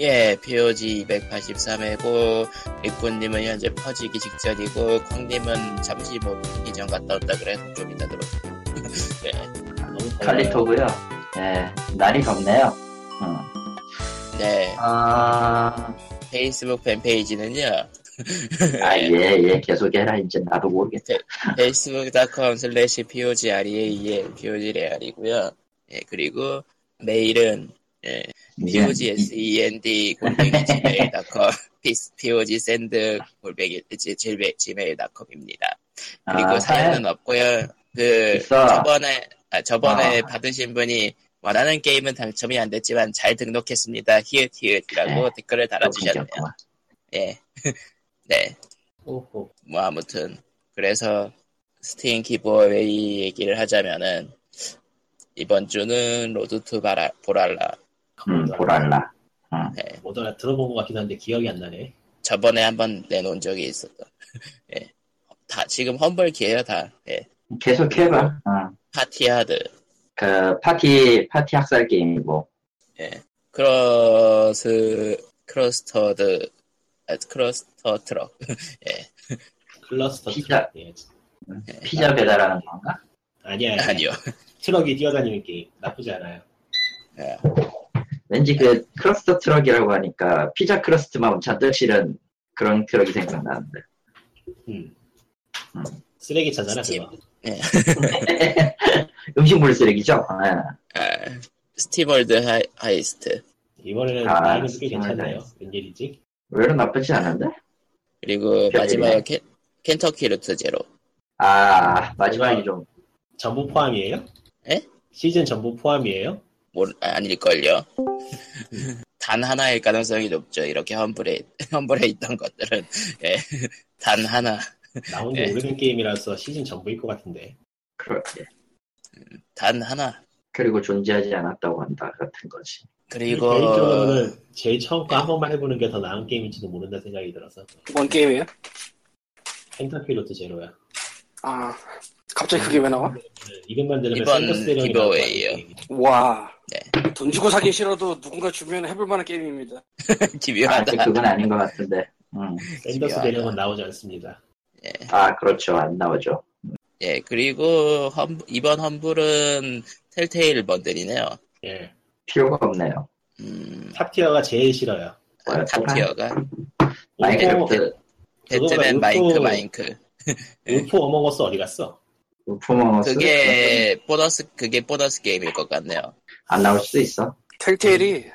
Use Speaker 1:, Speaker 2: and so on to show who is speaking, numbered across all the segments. Speaker 1: 예, POG 283회고, 리꾸님은 현재 퍼지기 직전이고, 콩님은 잠시 뭐 미팅 전 갔다 온다 그래. 좀 이따 들어. 예. 너무
Speaker 2: 칼리토고요. 예, 날이 덥네요. 음.
Speaker 1: 더워요. 네,
Speaker 2: 아,
Speaker 1: 페이스북 팬페이지는요,
Speaker 2: 아, 예, 예, 계속해라. 이제 나도 모르겠다.
Speaker 1: facebook.com slash E POGREAL, POGREAL이고요. 예, 그리고 메일은, 예,
Speaker 2: 이제
Speaker 1: POGSEND E 골뱅이 gmail.com POGSEND 골뱅이 gmail.com입니다.
Speaker 2: 아,
Speaker 1: 그리고 사연은 없고요. 그
Speaker 2: 있어.
Speaker 1: 저번에 아, 저번에
Speaker 2: 아.
Speaker 1: 받으신 분이 원하는 게임은 당첨이 안 됐지만 잘 등록했습니다. 히읗 히읗이라고
Speaker 2: 네. 그래.
Speaker 1: 댓글을 달아주셨네요.
Speaker 2: 높으셨구만.
Speaker 1: 예. 네.
Speaker 3: 오호.
Speaker 1: 뭐 아무튼 그래서 스팀 기부어웨이 얘기를 하자면은 이번 주는 로드 투 바라, 보랄라 예.
Speaker 2: 음, 보랄라.
Speaker 3: 못 알아 들어본 것 같긴 한데 기억이 안 나네.
Speaker 1: 저번에 한번 내놓은 적이 있었던. 예. 다 지금 험벌기예요 다. 예.
Speaker 2: 계속해봐. 어.
Speaker 1: 파티하드.
Speaker 2: 그, 파티, 파티 학살 게임이고.
Speaker 1: 크로스 크로스터드 아, 크로스터 트럭
Speaker 3: 클러스터
Speaker 2: 피자.
Speaker 3: 트럭. 예.
Speaker 1: 네, 아.
Speaker 2: 피자 배달하는 건가? 네.
Speaker 3: 아니야, 아니야.
Speaker 1: 아니요
Speaker 3: 트럭이 뛰어다니는 게임. 나쁘지 않아요.
Speaker 1: 예.
Speaker 2: 왠지
Speaker 1: 네.
Speaker 2: 그, 크러스트 트럭이라고 하니까, 피자 크러스트만 잔뜩 실은 그런 트럭이 생각나는데.
Speaker 3: 음.
Speaker 2: 음.
Speaker 3: 쓰레기차잖아,
Speaker 1: 스팀.
Speaker 3: 그거.
Speaker 2: 음식물 쓰레기죠? 아,
Speaker 1: 아, 스티벌드 하이, 하이스트
Speaker 3: 이번에는
Speaker 2: 아,
Speaker 3: 나이는 꽤
Speaker 2: 정말
Speaker 3: 괜찮네요.
Speaker 2: 나이스.
Speaker 3: 웬일이지?
Speaker 2: 외로 나쁘지 않은데?
Speaker 1: 그리고
Speaker 2: 별일이네.
Speaker 1: 마지막 켄, 켄터키 루트 제로
Speaker 2: 아, 마지막이 좀,
Speaker 3: 전부 포함이에요?
Speaker 1: 예?
Speaker 3: 시즌 전부 포함이에요?
Speaker 1: 뭘 아, 아닐걸요 단 하나일 가능성이 높죠 이렇게 험블에 험블에 있던 것들은 예. 단 하나
Speaker 3: 나온 지
Speaker 1: 예.
Speaker 3: 오래된 게임이라서 시즌 전부일 것 같은데.
Speaker 2: 그렇게.
Speaker 1: 단 하나
Speaker 2: 그리고 존재하지 않았다고 한다, 같은 거지.
Speaker 1: 그리고
Speaker 3: 네, 개인적으로는 제일 처음 거 한 번만 해보는 게 더 나은 게임인지도 모른다 생각이 들어서.
Speaker 4: 뭔 게임이에요?
Speaker 3: 펜타킬로트 제로야.
Speaker 4: 아 갑자기 그게 왜 나와?
Speaker 3: 네, 이름만 들으면
Speaker 1: 이번
Speaker 3: 샌더스 대령이
Speaker 1: 기브어웨이예요.
Speaker 3: 나올 것 같은 게임이야.
Speaker 4: 와.
Speaker 2: 네.
Speaker 4: 돈 주고 사긴 싫어도 누군가 주면 해볼 만한 게임입니다.
Speaker 2: 아직
Speaker 1: 기묘하다
Speaker 2: 그건 아닌 것 같은데. 음.
Speaker 3: 샌더스 대령은 나오지 않습니다.
Speaker 2: 아, 그렇죠. 안 나오죠.
Speaker 1: 예 그리고 험, 이번 험블은 텔테일 번들이네요
Speaker 3: 예.
Speaker 2: 필요가 없네요.
Speaker 1: 음,
Speaker 3: 탑티어가 제일 싫어요.
Speaker 2: 뭐야,
Speaker 1: 탑티어가
Speaker 2: 마인크래프트 그
Speaker 1: 배트맨
Speaker 3: 아,
Speaker 1: 마인크
Speaker 3: 그거가 울프-
Speaker 1: 마인크
Speaker 3: 울프 어머거스 어디 갔어?
Speaker 2: 우프모노스
Speaker 3: 아,
Speaker 1: 그게 보너스 그게 보너스 게임일 것 같네요.
Speaker 2: 안 나올 수도 있어.
Speaker 4: 텔테일이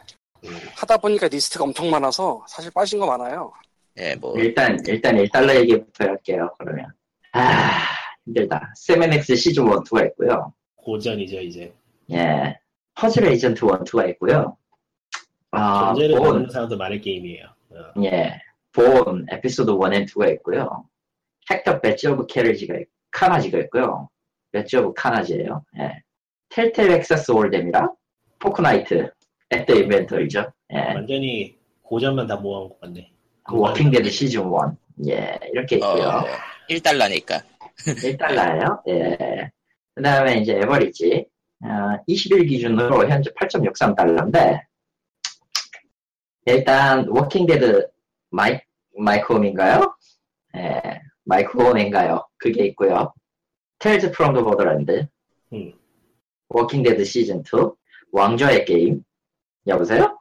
Speaker 3: 음.
Speaker 4: 하다 보니까 리스트가 엄청 많아서 사실 빠진 거 많아요.
Speaker 1: 예, 뭐
Speaker 2: 일단 일단 1달러 얘기부터 할게요. 그러면 아 힘들다. 세메넥스 시즌 1, 2가 있고요.
Speaker 3: 고전이죠 이제.
Speaker 2: 예, 퍼즐 에이전트 1, 2가 있고요. 아,
Speaker 3: 존재를 모르는
Speaker 2: 본,
Speaker 3: 사람도 많을 게임이에요. 어.
Speaker 2: 예, 본 에피소드 1 앤 2가 있고요. 헥터 배지 오브 캐리지가 있- 카나지가 있고요. 배지 오브 카나지예요. 예, 텔텔 엑세스 올뎀이랑 포크나이트 앳더 인벤토리죠. 예,
Speaker 3: 완전히 고전만 다 모아온 것 같네.
Speaker 2: 워킹데드 시즌 1. 예, 이렇게
Speaker 1: 어,
Speaker 2: 있고요.
Speaker 1: 1달러니까
Speaker 2: 네 1달러예요. 예. 그다음에 이제 에버리지. 어, 21 기준으로 현재 8.63달러인데 일단 워킹데드 마이 마이크홈인가요? 예. 마이크홈인가요? 그게 있고요. 테일즈 프롬 더 버더랜드.
Speaker 3: 음.
Speaker 2: 워킹데드 시즌 2. 왕좌의 게임. 여보세요?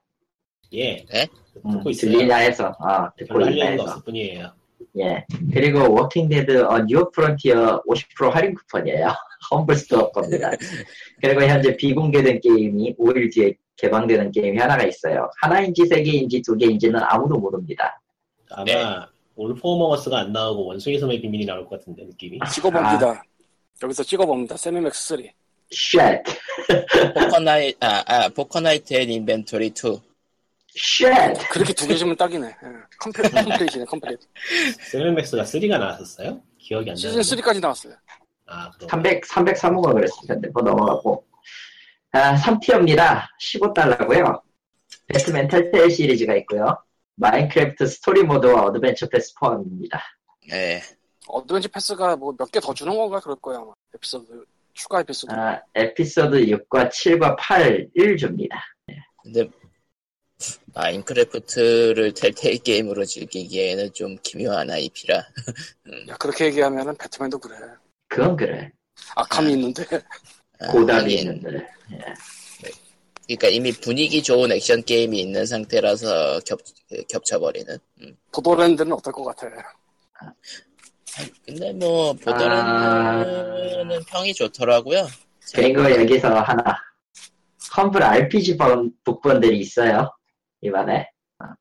Speaker 3: 예.
Speaker 1: 네?
Speaker 3: 듣고
Speaker 2: 음,
Speaker 3: 있어요.
Speaker 2: 들리나 해서 아, 듣고
Speaker 3: 별로 할
Speaker 2: 있나 해서.
Speaker 3: 얘기가 없을 뿐이에요.
Speaker 2: 예. 그리고 워킹데드 어, 뉴 프론티어 50% 할인 쿠폰이에요. 험블스토어 겁니다. 그리고 현재 비공개된 게임이 5일 뒤에 개방되는 게임이 하나가 있어요. 하나인지 세 개인지 두 개인지는 아무도 모릅니다.
Speaker 3: 아마
Speaker 1: 네.
Speaker 3: 올포머거스가 안 나오고 원숭이 섬의 비밀이 나올 것 같은데 느낌이.
Speaker 4: 찍어봅니다.
Speaker 2: 아.
Speaker 4: 여기서 찍어봅니다. 세미맥스 3.
Speaker 2: 쉣!
Speaker 1: 포커나이 아, 아 포커나이트 앤 인벤토리 2.
Speaker 2: 쉣!
Speaker 4: 그렇게 두 개지면 딱이네. 예. 컴플릿, 컴플릿이네, 컴플릿.
Speaker 3: 세븐맥스가 3가 나왔었어요? 기억이 안
Speaker 4: 시즌
Speaker 2: 네.
Speaker 3: 나는데.
Speaker 4: 3까지 나왔어요.
Speaker 3: 아, 그럼.
Speaker 2: 300, 303호가 그랬을 텐데, 뭐 넘어가고. 아, 3티어입니다. 15달러고요. 배트맨 텔테일 시리즈가 있고요. 마인크래프트 스토리 모드와 어드벤처 패스 포함입니다.
Speaker 1: 예.
Speaker 4: 어드벤처 패스가 뭐 몇 개 더 주는 건가 그럴 거야, 아마. 에피소드, 추가 에피소드.
Speaker 2: 아, 에피소드 6과 7과 8, 1주입니다.
Speaker 1: 근데 마인크래프트를 텔테일 게임으로 즐기기에는 좀 기묘한 IP라.
Speaker 4: 야, 그렇게 얘기하면은 배트맨도 그래.
Speaker 2: 그건 그래. 아.
Speaker 4: 악함이 있는데.
Speaker 1: 네.
Speaker 2: 고담이 있는데.
Speaker 1: 아, 그러니까 이미 분위기 좋은 액션 게임이 있는 상태라서 겹, 겹쳐버리는. 음.
Speaker 4: 보도랜드는 어떨 것 같아.
Speaker 1: 근데 뭐, 보더라는 평이 좋더라고요.
Speaker 2: 아. 그리고 여기서 하나. 험블 RPG 번, 북번들이 있어요. 이번에.
Speaker 1: 아,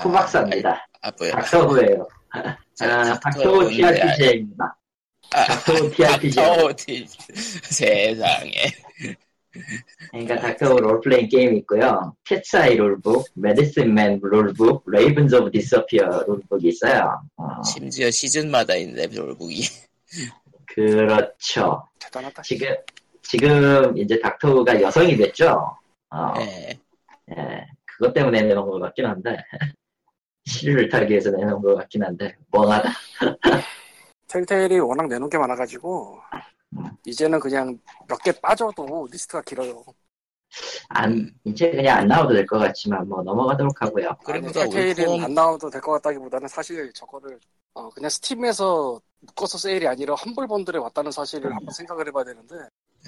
Speaker 2: 후박사입니다.
Speaker 1: 아, 뭐야.
Speaker 2: 박서구예요. 아, 박서구 TRPG입니다.
Speaker 1: 아,
Speaker 2: 박서구 TRPG.
Speaker 1: 닥터오티. 세상에.
Speaker 2: 그러니까 닥터오 롤플레잉 게임이 있고요. 캣츠아이 롤북, 메디슨맨 롤북, 레이븐즈 오브 디서피어 롤북이 있어요. 어,
Speaker 1: 심지어 시즌마다 있는데, 롤북이.
Speaker 2: 그렇죠.
Speaker 4: 대단하다.
Speaker 2: 지금, 지금 이제 닥터오가 여성이 됐죠. 어,
Speaker 1: 예.
Speaker 2: 예, 그것 때문에 내놓은 것 같긴 한데 시류를 타기 위해서 내놓은 것 같긴 한데 멍하다
Speaker 4: 텔테일이 워낙 내놓은 게 많아가지고
Speaker 2: 음.
Speaker 4: 이제는 그냥 몇 개 빠져도 리스트가 길어요.
Speaker 2: 안 이제 그냥 안 나와도 될 것 같지만 뭐 넘어가도록 하고요
Speaker 4: 아니,
Speaker 1: 그래보다
Speaker 4: 텔테일은
Speaker 1: 울프홈-
Speaker 4: 안 나와도 될 것 같다기보다는 사실 저거를 어, 그냥 스팀에서 묶어서 세일이 아니라 험블 번들에 왔다는 사실을 한번 생각을 해봐야 되는데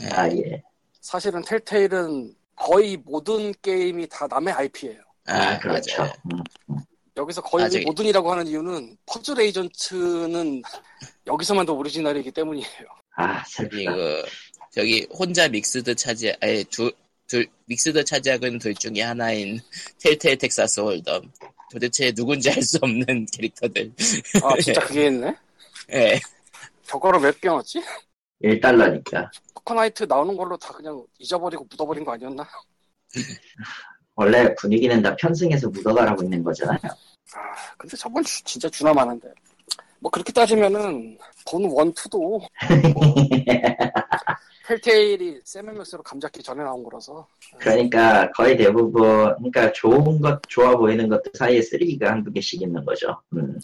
Speaker 1: 예.
Speaker 2: 아예
Speaker 4: 사실은 텔테일은 거의 모든 게임이 다 남의 IP예요.
Speaker 1: 아,
Speaker 2: 그렇죠
Speaker 1: 맞아요.
Speaker 2: 음,
Speaker 4: 여기서 거의
Speaker 1: 아직-
Speaker 4: 모든이라고 하는 이유는 퍼즐 에이전트는 여기서만 더 오리지널이기 때문이에요.
Speaker 2: 아 슬프다
Speaker 1: 그리고 저기 혼자 믹스드 차지약 아니 둘둘 믹스드 차지약은 둘 중에 하나인 텔테일 텍사스 홀덤 도대체 누군지 알 수 없는 캐릭터들
Speaker 4: 아 진짜 그게 있네.
Speaker 1: 예
Speaker 4: 저거를 몇 병었지?
Speaker 2: 1달러니까
Speaker 4: 포커나이트 나오는 걸로 다 그냥 잊어버리고 묻어버린 거 아니었나?
Speaker 2: 원래 분위기는 다 편승해서 묻어가라고 있는 거잖아요
Speaker 4: 아 근데 저번 주 진짜 주나 많은데. 뭐 그렇게 따지면은 본 원투도 헬테일이 세메맥스로 감잡기 전에 나온 거라서
Speaker 2: 그러니까 거의 대부분 그러니까 좋은 것 좋아 보이는 것들 사이에 쓰레기가 한두 개씩 있는 거죠 음.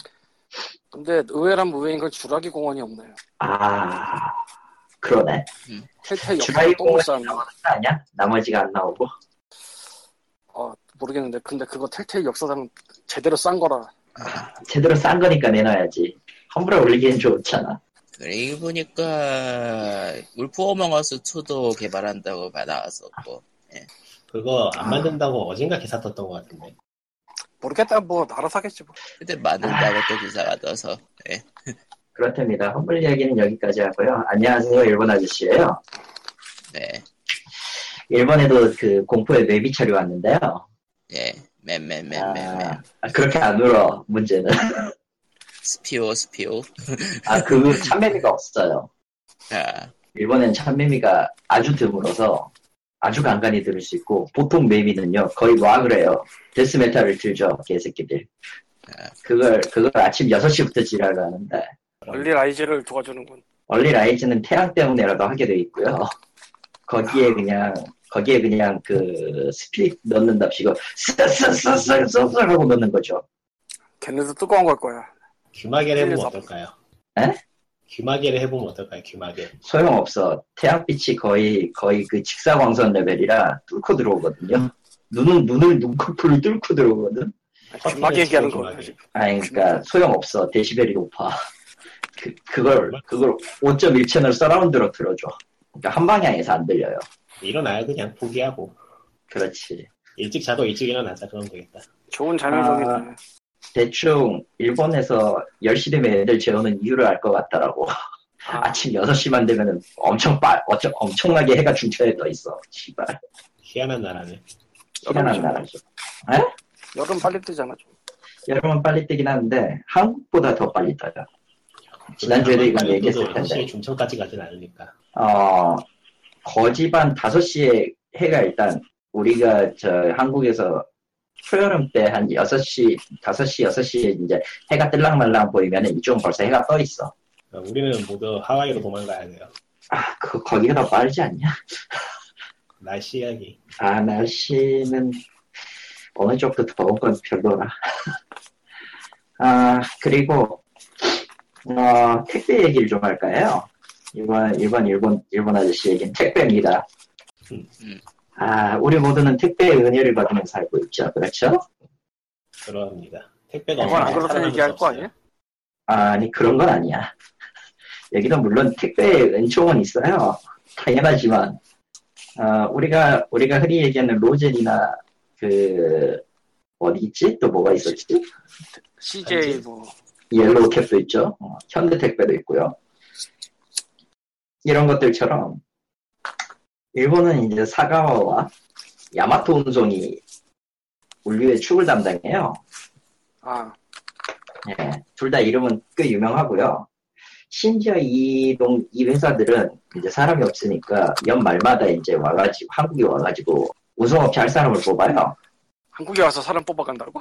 Speaker 4: 근데 의외란 무외인 건 주라기 공원이 없네요
Speaker 2: 아 그러네
Speaker 4: 헬테일
Speaker 2: 주라기
Speaker 4: 역할을 똥을
Speaker 2: 공원이
Speaker 4: 싸는 거
Speaker 2: 아니야? 나머지가 안 나오고
Speaker 4: 어, 모르겠는데 근데 그거 텔테일 역사상 제대로 싼 거라
Speaker 2: 제대로 싼 거니까 내놔야지. 환불에 올리기엔 좋잖아.
Speaker 1: 그리고 보니까 울프 어멍어스 2도 개발한다고 나왔었고
Speaker 3: 그거
Speaker 2: 아.
Speaker 3: 안 만든다고 어젠가 기사 떴던 것 같은데.
Speaker 4: 모르겠다 뭐 알아서 하겠지 뭐
Speaker 1: 근데
Speaker 2: 아.
Speaker 1: 만든다고 또 기사가 떠서 예.
Speaker 2: 그렇답니다. 환불 이야기는 여기까지 하고요. 안녕하세요. 일본 아저씨예요.
Speaker 1: 네.
Speaker 2: 일본에도 그 공포의 맵이 처리 왔는데요.
Speaker 1: 예.
Speaker 2: 아,
Speaker 1: 맨맨맨맨맨
Speaker 2: 아, 그렇게 안 울어. 문제는.
Speaker 1: 스피오 스피오
Speaker 2: 아, 그 참매미가 없어요.
Speaker 1: 아,
Speaker 2: 일본엔 참매미가 아주 드물어서 아주 간간히 들을 수 있고 보통 매미는요 거의 와 그래요 데스메탈을 들죠 개새끼들 그걸 그걸 아침 6시부터 지랄을 하는데
Speaker 4: 원리 라이즈를 도와주는군
Speaker 2: 얼리 라이즈는 태양 때문에라도 하게 돼 있고요. 거기에 그냥 거기에 그냥 그 스피릿 넣는답시고 쓱쓱쓱쓱쓱 하고 넣는 거죠.
Speaker 4: 걔네도 뜨거운 걸 거야
Speaker 3: 귀마개를 해보면
Speaker 4: 그래서-
Speaker 3: 어떨까요?
Speaker 2: 에?
Speaker 3: 귀마개를 해보면 어떨까요? 귀마개.
Speaker 2: 소용 없어. 태양빛이 거의 거의 그 직사광선 레벨이라 뚫고 들어오거든요. 눈은 눈을 눈꺼풀을 뚫고 들어오거든.
Speaker 4: 귀마개
Speaker 3: 네?
Speaker 4: 얘기하는 거야
Speaker 3: 귀마개.
Speaker 2: 아 그러니까 소용 없어. 데시벨이 높아. 그 그걸 그걸 5.1 채널 서라운드로 들어줘. 그러니까 한 방향에서 안 들려요.
Speaker 3: 일어나요 그냥 포기하고
Speaker 2: 그렇지.
Speaker 3: 일찍 자고 일찍 일어나자 그러면 되겠다.
Speaker 4: 좋은 자명종이네
Speaker 2: 아. 대충 일본에서 10시 되면 애들 재우는 이유를 알 것 같더라고. 아침 6시만 되면 엄청 빠, 어쩌, 엄청나게 해가 중천에 떠 있어. 씨발.
Speaker 3: 희한한 나라네.
Speaker 2: 희한한 나라죠.
Speaker 4: 여름 빨리 뜨잖아 좀.
Speaker 2: 여름은 빨리 뜨긴 하는데 한국보다 더 빨리 떠요. 지난주에도 이건 얘기했을 텐데.
Speaker 3: 시에 중천까지 가진 않으니까.
Speaker 2: 어, 거지반 5시에 해가 일단 우리가 저 한국에서 초여름 때 한 6시, 5시, 6시에 이제 해가 뜰랑말랑 보이면 이쪽은 벌써 해가 떠 있어.
Speaker 3: 어, 우리는 모두 하와이로 도망가야 돼요.
Speaker 2: 아, 그, 거기가 더 빠르지 않냐?
Speaker 3: 날씨 이야기.
Speaker 2: 아, 날씨는 어느 쪽도 더운 건 별로라. 아, 그리고, 어, 택배 얘기를 좀 할까요? 이번, 이번 일본, 일본 아저씨 얘기는 택배입니다.
Speaker 3: 음,
Speaker 1: 음.
Speaker 2: 아, 우리 모두는 택배의 은혜를 받으며 살고 있죠. 그렇죠?
Speaker 3: 그러합니다.
Speaker 2: 네,
Speaker 3: 택배가
Speaker 4: 그건 안
Speaker 3: 없으면
Speaker 4: 그렇다고
Speaker 3: 사람이
Speaker 4: 얘기할 거
Speaker 3: 없어요.
Speaker 4: 아니야?
Speaker 2: 아니, 그런 건 아니야. 여기도 물론 택배의 은총은 있어요. 당연하지만, 아, 우리가, 우리가 흔히 얘기하는 로젠이나 그, 어디 있지? 또 뭐가 있었지?
Speaker 4: CJ 뭐
Speaker 2: 옐로우 캡도 있죠. 어, 현대 택배도 있고요. 이런 것들처럼 일본은 이제 사가와와 야마토 운송이 물류의 축을 담당해요.
Speaker 4: 아,
Speaker 2: 예, 둘 다 이름은 꽤 유명하고요. 심지어 이동 이 회사들은 이제 사람이 없으니까 연말마다 이제 와가지고 한국에 와가지고 운송업체 할 사람을 뽑아요.
Speaker 4: 한국에 와서 사람 뽑아간다고?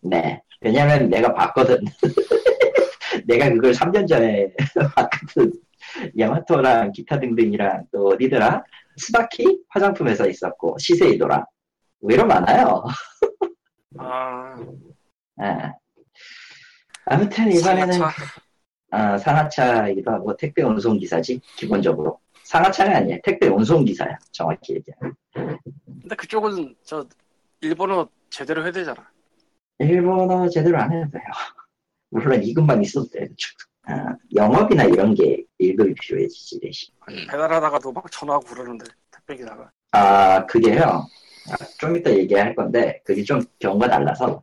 Speaker 2: 네. 왜냐면 내가 봤거든. 내가 그걸 3년 전에 봤거든. 야마토랑 기타 등등이랑 또 어디더라? 스바키 화장품 회사 있었고 시세이도랑 외로 많아요.
Speaker 4: 아,
Speaker 2: 예. 아무튼 이번에는
Speaker 4: 상하차.
Speaker 2: 아, 상하차이기도 하고 택배 운송 기사지 기본적으로 상하차가 아니야 택배 운송 기사야 정확히 얘기하면
Speaker 4: 근데 그쪽은 저 일본어 제대로 해야 되잖아.
Speaker 2: 일본어 제대로 안 해도 돼요 물론 이금만 있어도 돼요 저도. 아, 영업이나 이런 게 1급이 필요해지지 대신
Speaker 4: 아니, 배달하다가도 막 전화하고 그러는데 택배기다가
Speaker 2: 아 그게요 아, 좀 이따 얘기할 건데 그게 좀 경우가 달라서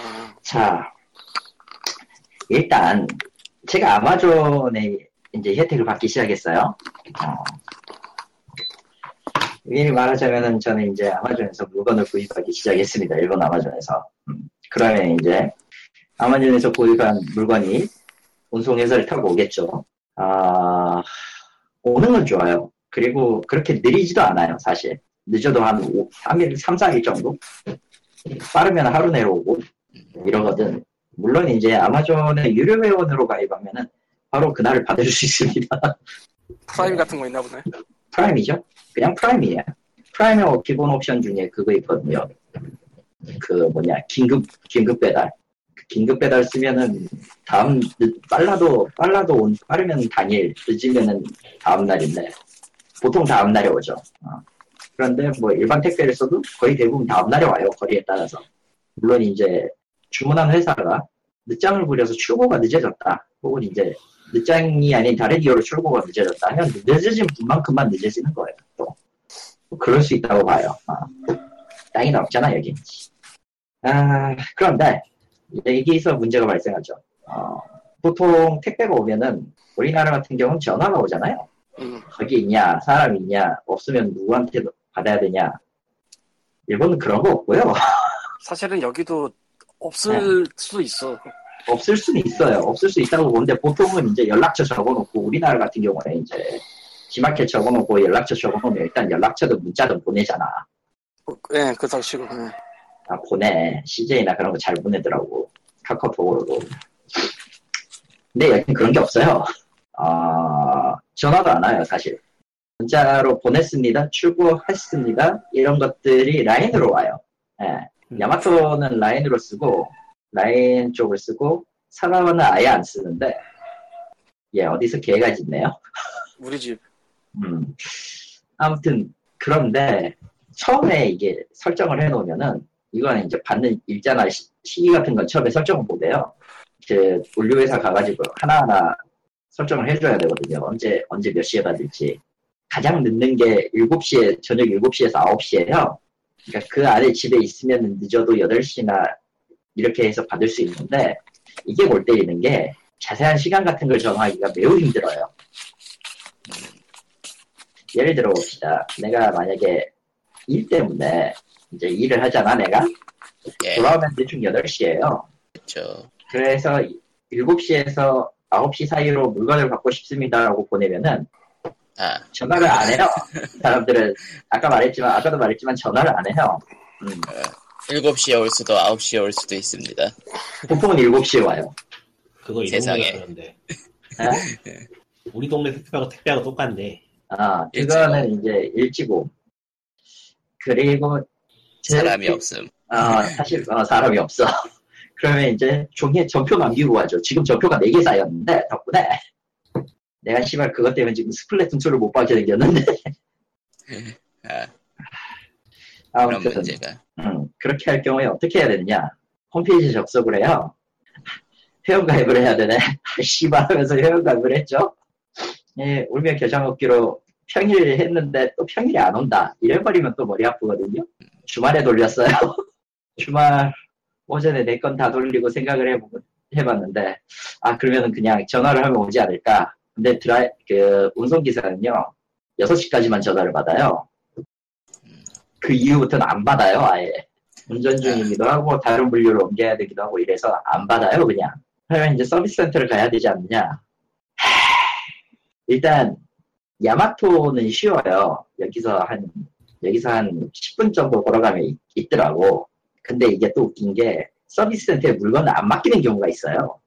Speaker 4: 아,
Speaker 2: 자 일단 제가 아마존의 이제 혜택을 받기 시작했어요. 어. 미리 말하자면은 저는 이제 아마존에서 물건을 구입하기 시작했습니다. 일본 아마존에서. 음, 그러면 이제 아마존에서 구입한 물건이 운송회사를 타고 오겠죠. 아, 오는 건 좋아요. 그리고 그렇게 느리지도 않아요, 사실. 늦어도 한 3일, 3, 4일 정도? 빠르면 하루 내려오고 이러거든. 물론 이제 아마존의 유료 회원으로 가입하면은 바로 그날을 받을 수 있습니다.
Speaker 4: 프라임 같은 거 있나 보네.
Speaker 2: 프라임이죠? 그냥 프라임이에요. 프라임의 기본 옵션 중에 그거 있거든요. 그 뭐냐 긴급 긴급 배달. 그 긴급 배달 쓰면은 다음 늦- 빨라도 빨라도 온- 빠르면 당일 늦으면은 다음 날인데 보통 다음 날에 오죠. 어. 그런데 뭐 일반 택배를 써도 거의 대부분 다음 날에 와요 거리에 따라서. 물론 이제 주문한 회사가 늦장을 부려서 출고가 늦어졌다. 혹은 이제 늦장이 아닌 다른 이유로 출고가 늦어졌다 하면 늦어진 분만큼만 늦어지는 거예요. 또 그럴 수 있다고 봐요. 아. 땅이 넓잖아 여기. 아, 그런데 여기서 문제가 발생하죠. 어, 보통 택배가 오면은 우리나라 같은 경우는 전화가 오잖아요.
Speaker 4: 음,
Speaker 2: 거기 있냐 사람 있냐 없으면 누구한테 받아야 되냐. 일본은 그런 거 없고요.
Speaker 4: 사실은 여기도 없을
Speaker 2: 네.
Speaker 4: 수도 있어.
Speaker 2: 없을 수는 있어요. 없을 수 있다고 보는데 보통은 이제 연락처 적어놓고 우리나라 같은 경우는 이제 지마켓 적어놓고 연락처 적어놓으면 일단 연락처든 문자든 보내잖아.
Speaker 4: 어, 예, 그 당시로. 예.
Speaker 2: 아, 보내. CJ나 그런 거 잘 보내더라고. 카카오톡으로도. 근데 여긴 그런 게 없어요. 아, 전화도 안 와요, 사실. 문자로 보냈습니다. 출고했습니다. 이런 것들이 라인으로 와요. 예. 야마토는 라인으로 쓰고, 라인 쪽을 쓰고, 사과는 아예 안 쓰는데, 예, 어디서 개가 짖네요.
Speaker 4: 우리 집.
Speaker 2: 음. 아무튼 그런데 처음에 이게 설정을 해놓으면은 이거는 이제 받는 일자나 시, 기 같은 건 처음에 설정을 못해요. 이제 물류회사 가가지고 하나하나 설정을 해줘야 되거든요. 언제 언제 몇 시에 받을지 가장 늦는 게 7시에 저녁 7시에서 9시예요. 그러니까 그 안에 집에 있으면 늦어도 8시나 이렇게 해서 받을 수 있는데 이게 골 때리는 게 자세한 시간 같은 걸 정하기가 매우 힘들어요. 예를 들어 봅시다. 내가 만약에 일 때문에 이제 일을 하잖아, 내가.
Speaker 1: 예,
Speaker 2: 돌아오면 대충 8시예요.
Speaker 1: 그렇죠.
Speaker 2: 그래서 7시에서 9시 사이로 물건을 받고 싶습니다라고 보내면은
Speaker 1: 아,
Speaker 2: 전화를 안 해요. 사람들은 아까 말했지만 아까도 말했지만 전화를 안 해요. 음,
Speaker 1: 7시에 올 수도 9시에 올 수도 있습니다.
Speaker 2: 네. 보통은 7시에 와요.
Speaker 3: 그거 일본
Speaker 1: 세상에. 예.
Speaker 3: 동네가 그런데 우리 동네 택배하고 택배하고 똑같네.
Speaker 2: 아,
Speaker 1: 일찍
Speaker 2: 그거는 이제 일찍 오. 그리고 제-
Speaker 1: 사람이 없음.
Speaker 2: 아, 사실 어, 사람이 없어. 그러면 이제 종이에 전표 남기고 가죠. 지금 전표가 4개 쌓였는데 덕분에 내가 씨발 그것 때문에 지금 스플래툰 2를 못 받게 생겼는데
Speaker 1: 아, 그런
Speaker 2: 아무튼
Speaker 1: 문제가.
Speaker 2: 음, 그렇게 할 경우에 어떻게 해야 되느냐? 홈페이지 접속을 해요. 회원가입을 해야 되네. 씨발 하면서 회원가입을 했죠. 예, 울며 겨장 얻기로 평일에 했는데 또 평일에 안 온다. 이래버리면 또 머리 아프거든요. 주말에 돌렸어요. 주말 오전에 내 건 다 돌리고 생각을 해보, 해봤는데 아 그러면 그냥 전화를 하면 오지 않을까. 근데 드라이 그 운송기사는요 6시까지만 전화를 받아요. 그 이후부터는 안 받아요, 아예. 운전 중이기도 하고, 다른 분류로 옮겨야 되기도 하고, 이래서 안 받아요, 그냥. 그러면 이제 서비스 센터를 가야 되지 않느냐. 하, 일단, 야마토는 쉬워요. 여기서 한, 여기서 한 10분 정도 걸어가면 있, 있더라고. 근데 이게 또 웃긴 게, 서비스 센터에 물건을 안 맡기는 경우가 있어요.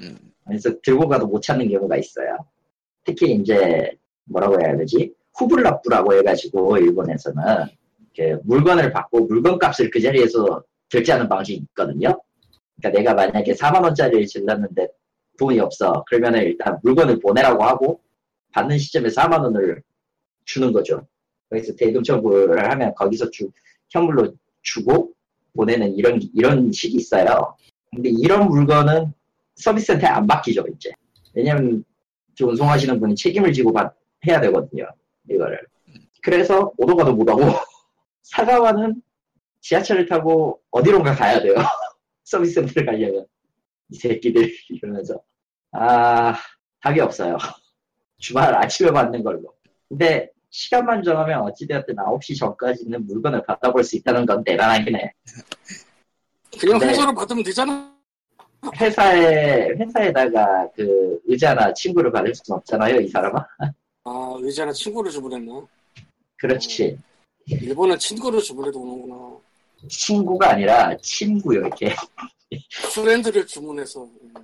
Speaker 1: 음,
Speaker 2: 그래서 들고 가도 못 찾는 경우가 있어요. 특히 이제 뭐라고 해야 되지? 후불납부라고 해가지고 일본에서는 이렇게 물건을 받고 물건 값을 그 자리에서 결제하는 방식이 있거든요. 그러니까 내가 만약에 4만 원짜리를 질렀는데 돈이 없어. 그러면은 일단 물건을 보내라고 하고 받는 시점에 4만 원을 주는 거죠. 그래서 대금 청구를 하면 거기서 주, 현물로 주고 보내는 이런 이런 식이 있어요. 근데 이런 물건은 서비스 센터에 안 맡기죠, 이제. 왜냐면, 저 운송하시는 분이 책임을 지고 받, 해야 되거든요, 이거를. 그래서 오도가도 못하고, 사가와는 지하철을 타고 어디론가 가야 돼요. 서비스 센터를 가려면. 이 새끼들, 이러면서. 아, 답이 없어요. 주말 아침에 받는 걸로. 근데, 시간만 정하면 어찌되었든 9시 전까지는 물건을 받아볼 수 있다는 건 대단하긴 해.
Speaker 4: 그냥
Speaker 2: 네.
Speaker 4: 회사로 받으면 되잖아.
Speaker 2: 회사에, 회사에다가 그 의자나 친구를 받을 수는 없잖아요, 이 사람아.
Speaker 4: 아, 의자나 친구를 주문했나?
Speaker 2: 그렇지.
Speaker 4: 일본은 친구를 주문해도 오는구나.
Speaker 2: 친구가 아니라 친구요, 이렇게.
Speaker 4: 프렌드를 주문해서. 음.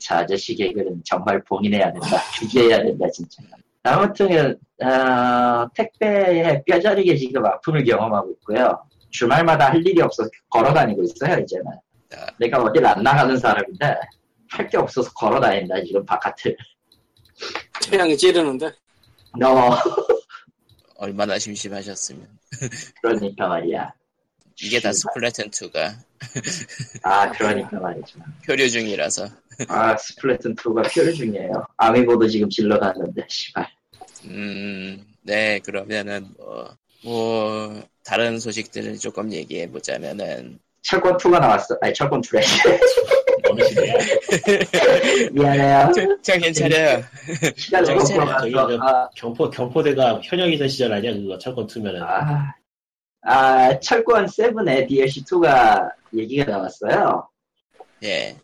Speaker 2: 저 아저씨 개그는 정말 봉인해야 된다. 규제해야 된다, 진짜. 아무튼, 어, 택배에 뼈저리게 지금 아픔을 경험하고 있고요. 주말마다 할 일이 없어서 걸어다니고 있어요, 이제는. 내가 어딜 안 나가는 사람인데, 할 게 없어서 걸어다닌다, 지금 바깥을.
Speaker 4: 태양이 찌르는데.
Speaker 2: 너,
Speaker 1: 얼마나 심심하셨으면.
Speaker 2: 그러니까 말이야.
Speaker 1: 이게
Speaker 2: 네.
Speaker 1: 다 스플래툰2가
Speaker 2: 아, 그러니까 말이죠.
Speaker 1: 표류 중이라서.
Speaker 2: 아, 스플래툰 2가 표류 중이에요. 아미보도 지금 질러가는데, 씨발.
Speaker 1: 음, 네, 그러면은 뭐, 뭐, 다른 소식들을 조금 얘기해 보자면은,
Speaker 2: 철권 2가 나왔어. 아니, 철권 2래.
Speaker 3: 뭔 시대야?
Speaker 2: 미안해요.
Speaker 1: 자, 괜찮아요.
Speaker 2: 시간 너무
Speaker 1: 저기
Speaker 2: 끌어가서.
Speaker 3: 저기
Speaker 2: 아,
Speaker 3: 경포, 경포대가 현역이던 시절 아니야? 그거 철권 투면은.
Speaker 2: 아, 아, 철권 7의 DLC2가 얘기가 나왔어요.
Speaker 1: 예.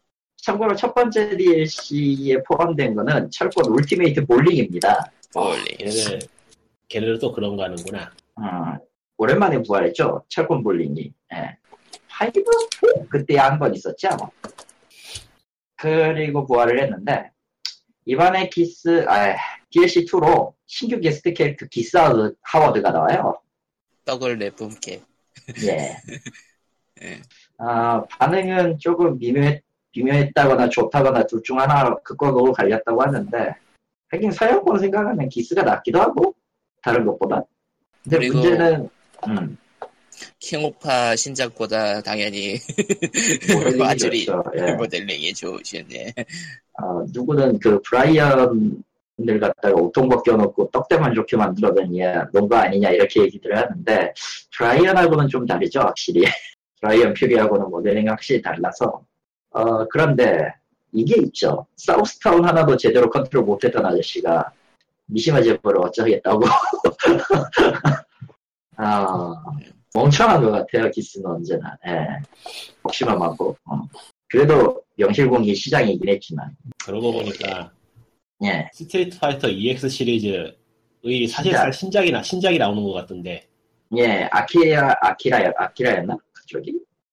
Speaker 2: 참고로 첫 번째 DLC에 포함된 거는 철권 울티메이트 볼링입니다.
Speaker 1: 볼리.
Speaker 3: 걔네들, 걔네들 또 그런 거 하는구나.
Speaker 2: 어, 오랜만에 부활했죠. 철권 볼링이. 예. 하이브? 그때 한 번 있었지, 아마. 그리고 부활을 했는데, 이번에 기스, 아, DLC2로 신규 게스트 캐릭터 기스 하워드- 하워드가 나와요.
Speaker 1: 떡을 내뿜게.
Speaker 2: 예.
Speaker 1: 예.
Speaker 2: 아, 반응은 조금 미묘했, 미묘했다거나 좋다거나 둘 중 하나 극과 극으로 갈렸다고 하는데 하긴 사용권 생각하면 기스가 낫기도 하고 다른 것보다 근데
Speaker 1: 그리고-
Speaker 2: 문제는 음,
Speaker 1: 킹오파 신작보다 당연히
Speaker 2: 모델링이
Speaker 1: 화질이
Speaker 2: 그렇죠. 예.
Speaker 1: 모델링이 좋으신, 예.
Speaker 2: 어, 누구는 그 브라이언을 갖다가 옷통 벗겨놓고 떡대만 좋게 만들어더니야 뭔가 아니냐 이렇게 얘기들을 하는데 브라이언하고는 좀 다르죠 확실히 브라이언 퓨리하고는 모델링이 확실히 달라서 어, 그런데 이게 있죠 사우스타운 하나도 제대로 컨트롤 못했던 아저씨가 미시마 제보를 어쩌겠다고 아, 멍청한 것 같아요 기스는 언제나 예. 혹시만 하고 어. 그래도 명실공히 시장이긴 했지만
Speaker 3: 그러고 보니까
Speaker 2: 예.
Speaker 3: 스트리트 파이터 EX 시리즈의
Speaker 2: 진짜.
Speaker 3: 사실상 신작이, 나, 신작이 나오는 것 같은데.
Speaker 2: 예, 아키라, 아키라, 아키라였나? 그쪽이?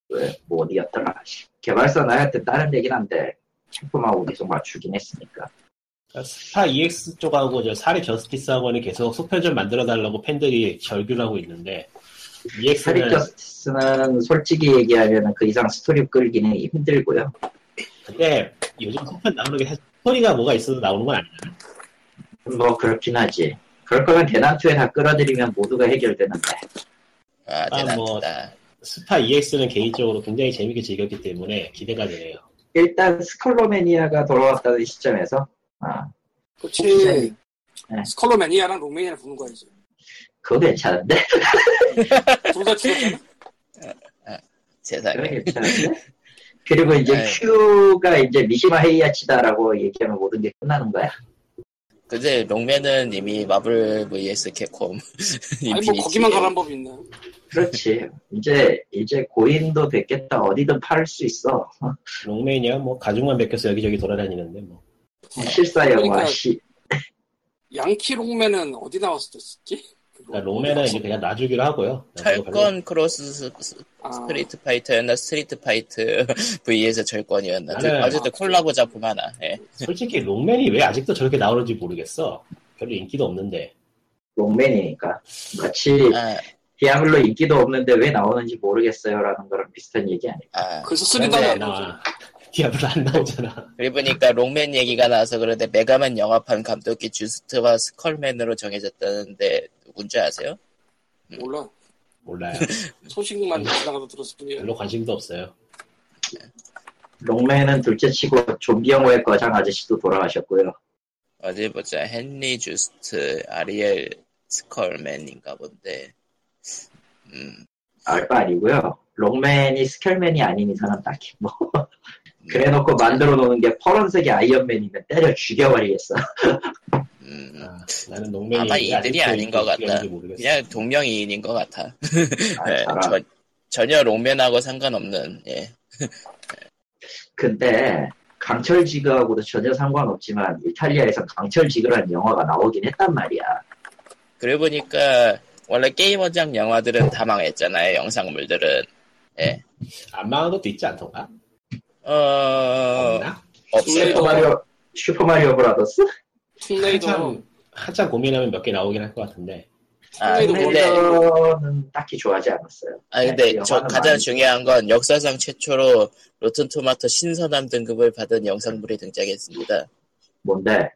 Speaker 2: 왜, 뭐 어디였더라? 개발사나 하여튼 다른 데긴 한데, 캡콤하고 계속 맞추긴 했으니까.
Speaker 3: 그러니까 스타 EX 쪽하고 저 사리 저스티스하고는 계속 속편좀 만들어달라고 팬들이 절규를 하고 있는데, E EX는
Speaker 2: 사리저스는 솔직히 얘기하면 그 이상 스토리 끌기는 힘들고요.
Speaker 3: 근데 요즘 속편 나오는 게 사실 스토리가 뭐가 있어도 나오는 건 아니야.
Speaker 2: 뭐, 그렇긴 하지. 그럴 거면 대난투에 다 끌어들이면 모두가 해결되는데.
Speaker 1: 아,
Speaker 3: 뭐.
Speaker 1: 대단하다.
Speaker 3: 스파 E EX는 개인적으로 굉장히 재밌게 즐겼기 때문에 기대가 되네요.
Speaker 2: 일단 스컬로메니아가 돌아왔다는 시점에서 아,
Speaker 4: 그렇지.
Speaker 2: 네.
Speaker 4: 스컬로매니아랑 롱매니아를 부는 거야 이제.
Speaker 2: 그거 괜찮은데?
Speaker 4: 둘다 죽었잖아.
Speaker 2: 그거
Speaker 1: 세상에.
Speaker 2: 괜찮은데? 그리고 이제
Speaker 1: 네.
Speaker 2: Q가 이제 미시마 헤이아치다라고 얘기하면 모든 게 끝나는 거야.
Speaker 1: 근데 롱맨은 이미 마블 vs 캡콤
Speaker 4: 아니 뭐
Speaker 1: 인피니티
Speaker 4: 거기만 가란 법이 있나?
Speaker 2: 그렇지. 이제 이제 고인도 됐겠다. 어디든 팔을 수 있어.
Speaker 3: 롱맨이야 뭐 가죽만 벗겨서 여기저기 돌아다니는데 뭐
Speaker 2: 실사 영화
Speaker 4: 그러니까-
Speaker 2: 시
Speaker 4: 양키 롱맨은 어디 나왔을 때 썼지?
Speaker 3: 그러니까 롱맨은 이제 그냥 놔주기로 하고요. 아,
Speaker 1: 철권 크로스 스- 스-
Speaker 4: 아,
Speaker 1: 스트리트 파이터였나 스트리트 파이트 vs 절권이었나 둘-
Speaker 3: 나는-
Speaker 4: 아,
Speaker 1: 어쨌든 콜라보 작품 하나 예.
Speaker 3: 솔직히 롱맨이 왜 아직도 저렇게 나오는지 모르겠어. 별로 인기도 없는데
Speaker 2: 롱맨이니까 마치
Speaker 1: 아,
Speaker 2: 디아블로 인기도 없는데 왜 나오는지 모르겠어요라는 거랑 비슷한 얘기 아니에요.
Speaker 1: 아.
Speaker 4: 그래서
Speaker 3: 왜
Speaker 4: 쓰리다가
Speaker 3: 안 네, 나와. 디아블로 안 나오잖아.
Speaker 1: 그리고 보니까 롱맨 얘기가 나와서 그런데 메가맨 영화판 감독이 주스트와 스컬맨으로 정해졌다는데 누군지 아세요?
Speaker 4: 몰라.
Speaker 3: 몰라요.
Speaker 4: 소식만 지나가도 들었을 뿐이야.
Speaker 3: 음. 별로 관심도 없어요.
Speaker 2: 롱맨은 둘째치고 좀비 영화의 거장 아저씨도 돌아가셨고요.
Speaker 1: 어디 보자 헨리 주스트 아리엘 스컬맨인가 본데 음,
Speaker 2: 알바 아니고요. 롱맨이 스켈맨이 아닌 이상은 딱히 뭐 그래놓고 만들어 놓은 게 파란색의 아이언맨이면 때려 죽여버리겠어.
Speaker 1: 음.
Speaker 3: 아, 나는 롱맨이
Speaker 1: 아마
Speaker 3: 왜
Speaker 1: 이들이
Speaker 3: 아직도
Speaker 1: 아닌 것 같다.
Speaker 3: 인기가 있는지 모르겠어.
Speaker 1: 그냥 동명이인인 것 같아
Speaker 2: 아,
Speaker 4: 네,
Speaker 1: 예,
Speaker 2: 저런.
Speaker 1: 전- 전혀 롱맨하고 상관없는 예.
Speaker 2: 근데 강철지그하고도 전혀 상관없지만 이탈리아에서 강철지그라는 영화가 나오긴 했단 말이야.
Speaker 1: 그러고 보니까 원래 게임 원작 영화들은 다 망했잖아요 영상물들은
Speaker 3: 안 망한 것도 있지 않던가?
Speaker 1: 어
Speaker 2: 아,
Speaker 3: 없나?
Speaker 1: 없어요
Speaker 4: 어.
Speaker 2: 슈퍼마리오 슈퍼마리오 브라더스?
Speaker 4: 툼레이더
Speaker 3: 한참 한참 고민하면 몇 개 나오긴 할 것 같은데.
Speaker 1: 아
Speaker 4: 근데-
Speaker 1: 근데
Speaker 2: 는 딱히 좋아하지 않았어요.
Speaker 1: 아 근데
Speaker 2: 그
Speaker 1: 저
Speaker 2: 영화는
Speaker 1: 가장
Speaker 2: 많이-
Speaker 1: 중요한 건 역사상 최초로 로튼 토마토 신선함 등급을 받은 영상물이 등장했습니다
Speaker 2: 뭔데?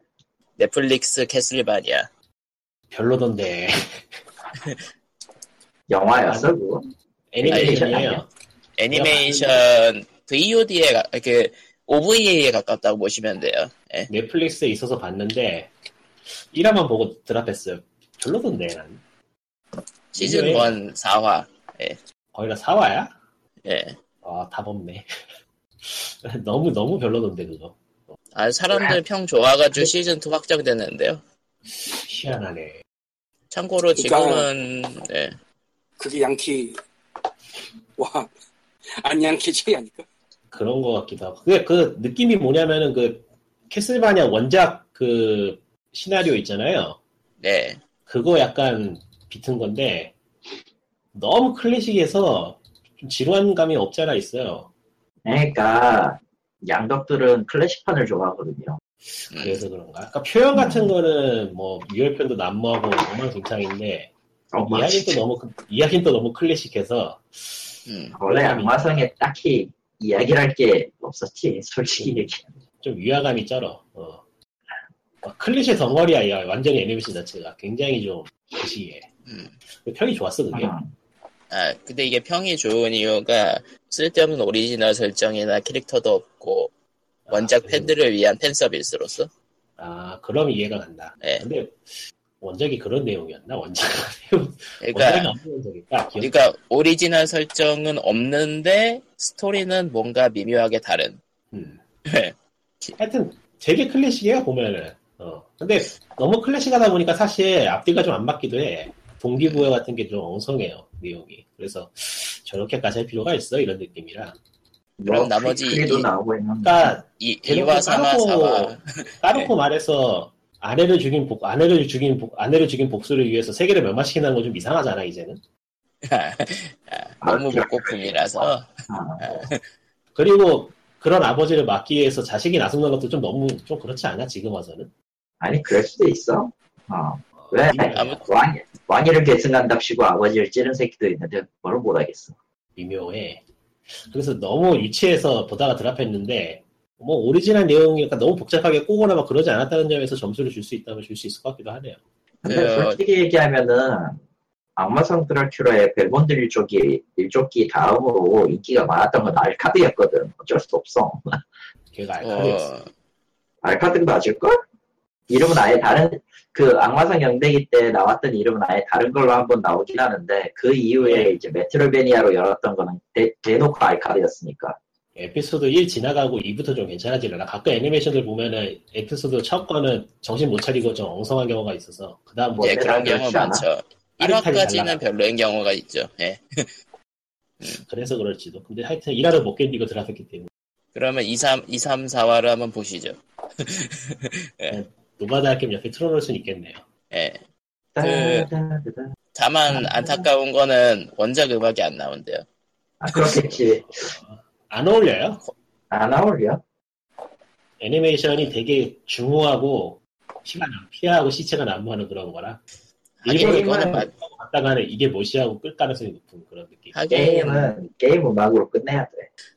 Speaker 1: 넷플릭스 캐슬바니아
Speaker 3: 별로던데.
Speaker 2: 영화였어 그거?
Speaker 3: 애니메이션이에요.
Speaker 1: 애니메이션 VOD에 가, 그, 이렇게 OVA에 가깝다고 보시면 돼요 예.
Speaker 3: 넷플릭스에 있어서 봤는데 1화만 보고 드랍했어요. 별로던데 난.
Speaker 1: 시즌
Speaker 2: 네.
Speaker 3: 왜?
Speaker 1: 1 4화
Speaker 3: 거의 다 4화야?
Speaker 1: 예.
Speaker 3: 아, 답 없네. 너무 너무 별로던데 그거.
Speaker 1: 아 사람들 평 좋아가지고 시즌 2 확정됐는데요
Speaker 3: 희한하네.
Speaker 1: 참고로
Speaker 4: 그러니까-
Speaker 1: 지금은 예.
Speaker 4: 그게 양키 와안 양키 차이 아닐까?
Speaker 3: 그런 것 같기도 하고. 그게 그 느낌이 뭐냐면은 그 캐슬바니아 원작 그 시나리오 있잖아요.
Speaker 1: 네.
Speaker 3: 그거 약간 비튼 건데 너무 클래식해서 좀 지루한 감이 없지 않아 있어요.
Speaker 2: 그러니까 양덕들은 클래식판을 좋아하거든요.
Speaker 1: 음,
Speaker 3: 그래서 그런가. 그러니까 표현 같은 거는 뭐 유열편도 난무하고 엉망진창인데
Speaker 2: 엉망
Speaker 3: 이야기는 또
Speaker 2: 어, 아, 뭐 진창.
Speaker 3: 너무 이야기는 또 너무 클래식해서
Speaker 1: 음.
Speaker 2: 원래 악마성에 딱히 이야기를 할 게 없었지 솔직히 얘기.
Speaker 3: 좀 위화감이 쩔어. 어. 막 클래식 덩어리야, 이 완전히 애니메이션 자체가 굉장히 좀그 시기해.
Speaker 1: 음.
Speaker 3: 평이 좋았어 그게.
Speaker 2: 음,
Speaker 1: 아, 근데 이게 평이 좋은 이유가 쓸데없는 오리지널 설정이나 캐릭터도 없고 원작
Speaker 3: 아,
Speaker 1: 팬들을 위한 팬 서비스로서
Speaker 3: 아 그럼 이해가 간다.
Speaker 1: 예.
Speaker 3: 근데 원작이 그런 내용이었나 원작? 원작이
Speaker 1: 그러니까
Speaker 3: 없는 원작이니까 기억.
Speaker 1: 그러니까 오리지널 설정은 없는데 스토리는 뭔가 미묘하게 다른
Speaker 3: 음.
Speaker 1: 예.
Speaker 3: 하여튼 되게 클래식해요 보면은. 어. 근데 너무 클래식하다 보니까 사실 앞뒤가 좀 안 맞기도 해. 동기부여 같은 게 좀 엉성해요 내용이. 그래서 저렇게까지 할 필요가 있어 이런 느낌이라.
Speaker 2: 뭐
Speaker 1: 그럼 나머지
Speaker 2: 프리도
Speaker 1: 이-
Speaker 2: 나오고 있는.
Speaker 3: 그러니까
Speaker 1: 이
Speaker 3: 대놓고
Speaker 1: 2화 3화
Speaker 3: 까놓고
Speaker 1: 4화 네.
Speaker 3: 까놓고 말해서 아내를 죽인 복 아내를 죽인 복 아내를 죽인 복수를 위해서 세계를 멸망시키는 건 좀 이상하잖아 이제는
Speaker 2: 아,
Speaker 1: 너무 복고품이라서
Speaker 3: 그리고 그런 아버지를 막기 위해서 자식이 나서는 것도 좀 너무 좀 그렇지 않아 지금 와서는
Speaker 2: 아니 그럴 수도 있어. 어. 왜?
Speaker 1: 아무-
Speaker 2: 왕 왕위를 계승한답시고 아버지를 찌른 새끼도 있는데 뭘 못하겠어.
Speaker 3: 미묘해 그래서 너무 유치해서 보다가 드랍했는데 뭐 오리지널 내용이니까 너무 복잡하게 꼬거나 막 그러지 않았다는 점에서 점수를 줄 수 있다면 줄 수 있을 것 같기도 하네요
Speaker 2: 근데
Speaker 1: 그-
Speaker 2: 솔직히 얘기하면은 악마성 드라큘라의 벨몬드 일족이 일족기 다음으로 인기가 많았던 건 알카드였거든. 어쩔 수 없어.
Speaker 3: 걔가 알카리였어.
Speaker 1: 어,
Speaker 2: 알카드가 맞을걸? 이름은 아예 다른 그 악마성 영대기 때 나왔던 이름은 아예 다른 걸로 한번 나오긴 하는데 그 이후에 이제 메트로베니아로 열었던 거는 대, 대놓고 알카드였으니까.
Speaker 3: 에피소드 1 지나가고 2부터 좀 괜찮아지려나. 가끔 애니메이션들 보면은 에피소드 첫 거는 정신 못 차리고 좀 엉성한 경우가 있어서 그다음 뭐
Speaker 1: 이제
Speaker 2: 내가
Speaker 1: 그런
Speaker 2: 그렇지
Speaker 1: 경우
Speaker 2: 않아?
Speaker 1: 많죠.
Speaker 3: 아르타리
Speaker 1: 1화까지는
Speaker 3: 달라.
Speaker 1: 별로인 경우가 있죠. 예.
Speaker 3: 그래서 그럴지도. 근데 하여튼 일화를 못 견디고 들어갔기 때문에
Speaker 1: 그러면 2, 3, 2, 3, 4화를 한번 보시죠.
Speaker 3: 노바다 학교 옆에 틀어놓을 순 있겠네요.
Speaker 1: 예. 그-
Speaker 2: 따다다다.
Speaker 3: 아, 네.
Speaker 1: 다만 안타까운 거는 원작 음악이 안 나온대요.
Speaker 2: 아, 그렇겠지.
Speaker 3: 안 어울려요.
Speaker 2: 안 어울려.
Speaker 3: 애니메이션이 되게 중후하고 시간 안 피하고 시체가 난무하는 그런 거라
Speaker 1: 하긴
Speaker 3: 일본은
Speaker 1: 이거는
Speaker 3: 그냥
Speaker 1: 맞-
Speaker 3: 갔다가는 이게 뭐시하고 끌 가능성이 높은 그런 느낌
Speaker 1: 하긴
Speaker 2: 게임은 게임 음악으로 끝내야 돼.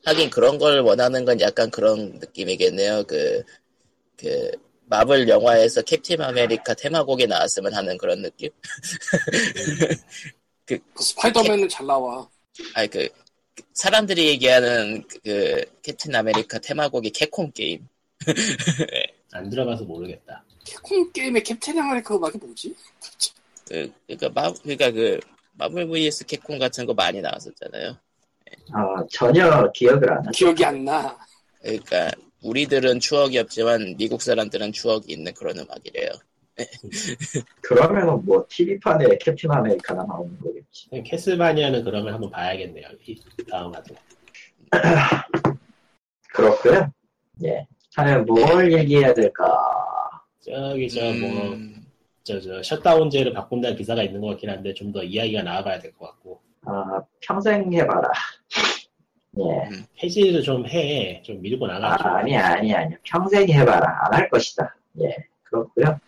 Speaker 1: 하긴 그런 걸 원하는 건 약간 그런 느낌이겠네요. 그, 그, 마블 영화에서 캡틴 아메리카 테마곡이 나왔으면 하는 그런 느낌?
Speaker 4: 그 스파이더맨은 잘 나와.
Speaker 1: 아니, 그, 그 사람들이 얘기하는 그, 그 캡틴 아메리카 테마곡이 캡콤 게임.
Speaker 3: 안 들어가서 모르겠다
Speaker 4: 캡콤 게임의 캡틴 아메리카 음악이 뭐지?
Speaker 1: 그, 그니까 마, 그니까 그, 마블 vs 캡콤 같은 거 많이 나왔었잖아요.
Speaker 2: 어, 전혀 기억을 안 나.
Speaker 4: 기억이 안 나.
Speaker 1: 그러니까 우리들은 추억이 없지만 미국 사람들은 추억이 있는 그런 음악이래요.
Speaker 2: 그러면은 뭐 TV판에 캡틴 아메리카나 나오는 거겠지.
Speaker 3: 그냥 캐슬바니아는 그러면 한번 봐야겠네요 이 다음 화도
Speaker 2: 그렇고요. 예. 하여간 뭘 얘기해야 될까?
Speaker 3: 저기 뭐,
Speaker 1: 음,
Speaker 3: 저뭐저 저 셧다운제를 바꾼다는 기사가 있는 것 같긴 한데 좀 더 이야기가 나와봐야 될 것 같고
Speaker 2: 아, 평생 해봐라. 예.
Speaker 3: 폐지를 좀 해 좀 밀고 나가 좀.
Speaker 2: 아, 아니야, 아니야, 아니야. 평생 해봐라. 안 할 것이다. 예. 그렇고요.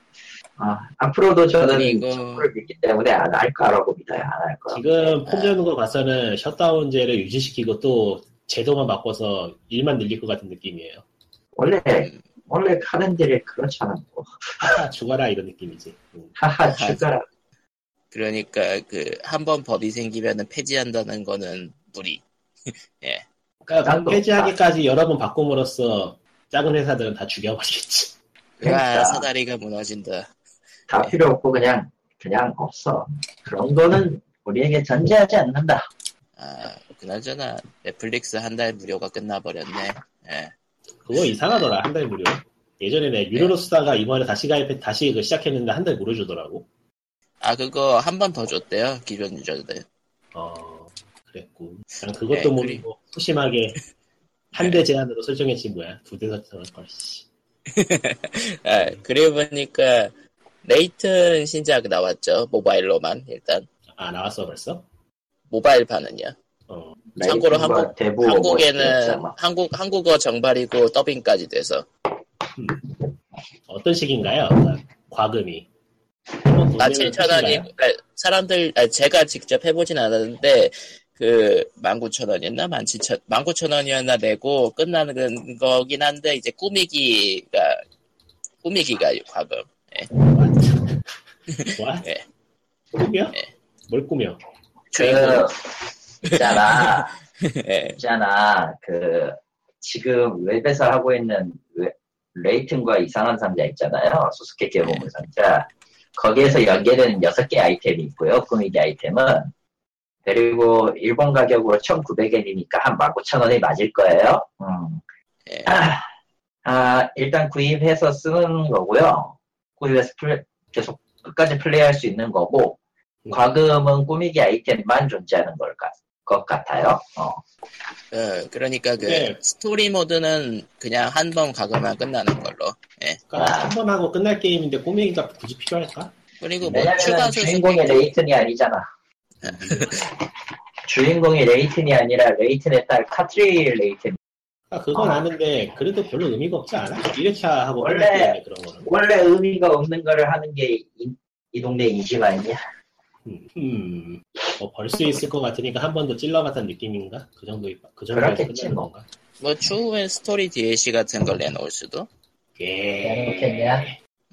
Speaker 2: 아, 앞으로도 저는
Speaker 1: 그리고- 음.
Speaker 2: 정부를 믿기 때문에 안 할 거라고 믿어요. 안 할 거라고.
Speaker 3: 지금 폼 잡는 걸 봐서는 셧다운제를 유지시키고 또 제도만 바꿔서 일만 늘릴 것 같은 느낌이에요
Speaker 2: 원래,
Speaker 1: 음.
Speaker 2: 원래 하는 일이 그렇잖아. 뭐.
Speaker 3: 하하 죽어라 이런 느낌이지 음.
Speaker 2: 하하, 죽어라.
Speaker 1: 그러니까 그 한 번 법이 생기면은 폐지한다는 거는 무리.
Speaker 3: 그러니까
Speaker 2: 딴거
Speaker 3: 폐지하기까지 여러 번 바꿈으로써 작은 회사들은 다 죽여버리겠지.
Speaker 1: 와
Speaker 2: 그러니까.
Speaker 1: 아, 사다리가 무너진다.
Speaker 2: 다
Speaker 1: 네.
Speaker 2: 필요 없고 그냥 그냥 없어. 그런 거는 우리에게 전제하지 않는다.
Speaker 1: 아 그나저나 넷플릭스 한 달 무료가 끝나버렸네. 예.
Speaker 3: 그거 이상하더라 한 달 무료. 예전에
Speaker 1: 네.
Speaker 3: 내 유료로 쓰다가 이번에 다시 가입해 다시 그 시작했는데 한 달 무료 주더라고.
Speaker 1: 아 그거 한 번 더 줬대요 기존 유저들.
Speaker 3: 어 그랬고 난
Speaker 1: 네,
Speaker 3: 그것도
Speaker 1: 그리- 네.
Speaker 3: 모르고 소심하게 한 대 제한으로 설정했지 뭐야 두 대 설정할 걸. 씨.
Speaker 1: 아 그래 보니까 레이튼 신작 나왔죠 모바일로만 일단
Speaker 3: 아 나왔어 벌써?
Speaker 1: 모바일판은요.
Speaker 3: 어
Speaker 1: 참고로
Speaker 2: 레이튼과
Speaker 1: 한국-
Speaker 2: 대부
Speaker 1: 한국에는
Speaker 2: 뭐
Speaker 1: 한국 한국어 정발이고 더빙까지 돼서
Speaker 3: 어떤 식인가요? 과금이. 뭐
Speaker 1: 나 7천 원이 사람들 아, 제가 직접 해보진 않았는데 그 19,000원이었나 17,000 19,000원이었나 내고 끝나는 거긴 한데 이제 꾸미기가 꾸미기가 과금
Speaker 3: 뭐 와?
Speaker 1: 네.
Speaker 3: 뭐 꾸며?
Speaker 1: 네.
Speaker 3: 뭘 꾸며?
Speaker 1: 주인공
Speaker 2: 그 있잖아
Speaker 1: 예.
Speaker 2: 있잖아 그 지금 웹에서 하고 있는 웹- 레이튼과 이상한 상자 있잖아요 수수께 개봉 상자 거기에서 연계되는 6개 아이템이 있고요 꾸미기 아이템은 그리고 일본 가격으로 1,900엔이니까 한 19,000원이 맞을 거예요 음.
Speaker 1: 예.
Speaker 2: 아, 일단 구입해서 쓰는 거고요. 구입해서 플레- 계속 끝까지 플레이할 수 있는 거고,
Speaker 3: 음.
Speaker 2: 과금은 꾸미기 아이템만 존재하는 걸 같, 것 같아요. 어.
Speaker 1: 어, 그러니까 그
Speaker 3: 네.
Speaker 1: 스토리 모드는 그냥 한 번 과금만 끝나는 걸로
Speaker 3: 그러니까 한 번 하고 끝날 게임인데 꾸미기가 굳이 필요할까?
Speaker 1: 그리고 뭐 추가
Speaker 2: 왜냐면 주인공이
Speaker 1: 수수께끼
Speaker 2: 레이튼이 아니잖아. 주인공이 레이튼이 아니라 레이튼의 딸 카트리 레이튼.
Speaker 3: 아, 그건 아는데 그래도 별로 의미가 없지 않아? 1회차 하고
Speaker 2: 원래-
Speaker 3: 끝날 게임인데 그런 거는.
Speaker 2: 원래 의미가 없는 거를 하는 게 이 동네 인심 아니냐?
Speaker 3: 음, 음. 뭐벌 수 있을 것 같으니까 한 번 더 찔러봤다는 느낌인가? 그 정도 그 정도에서
Speaker 2: 그렇겠지,
Speaker 3: 끝나는
Speaker 2: 뭐.
Speaker 3: 건가?
Speaker 1: 뭐 추후에 스토리 DLC 같은 걸 내놓을 수도
Speaker 3: 예.
Speaker 2: 그렇겠냐?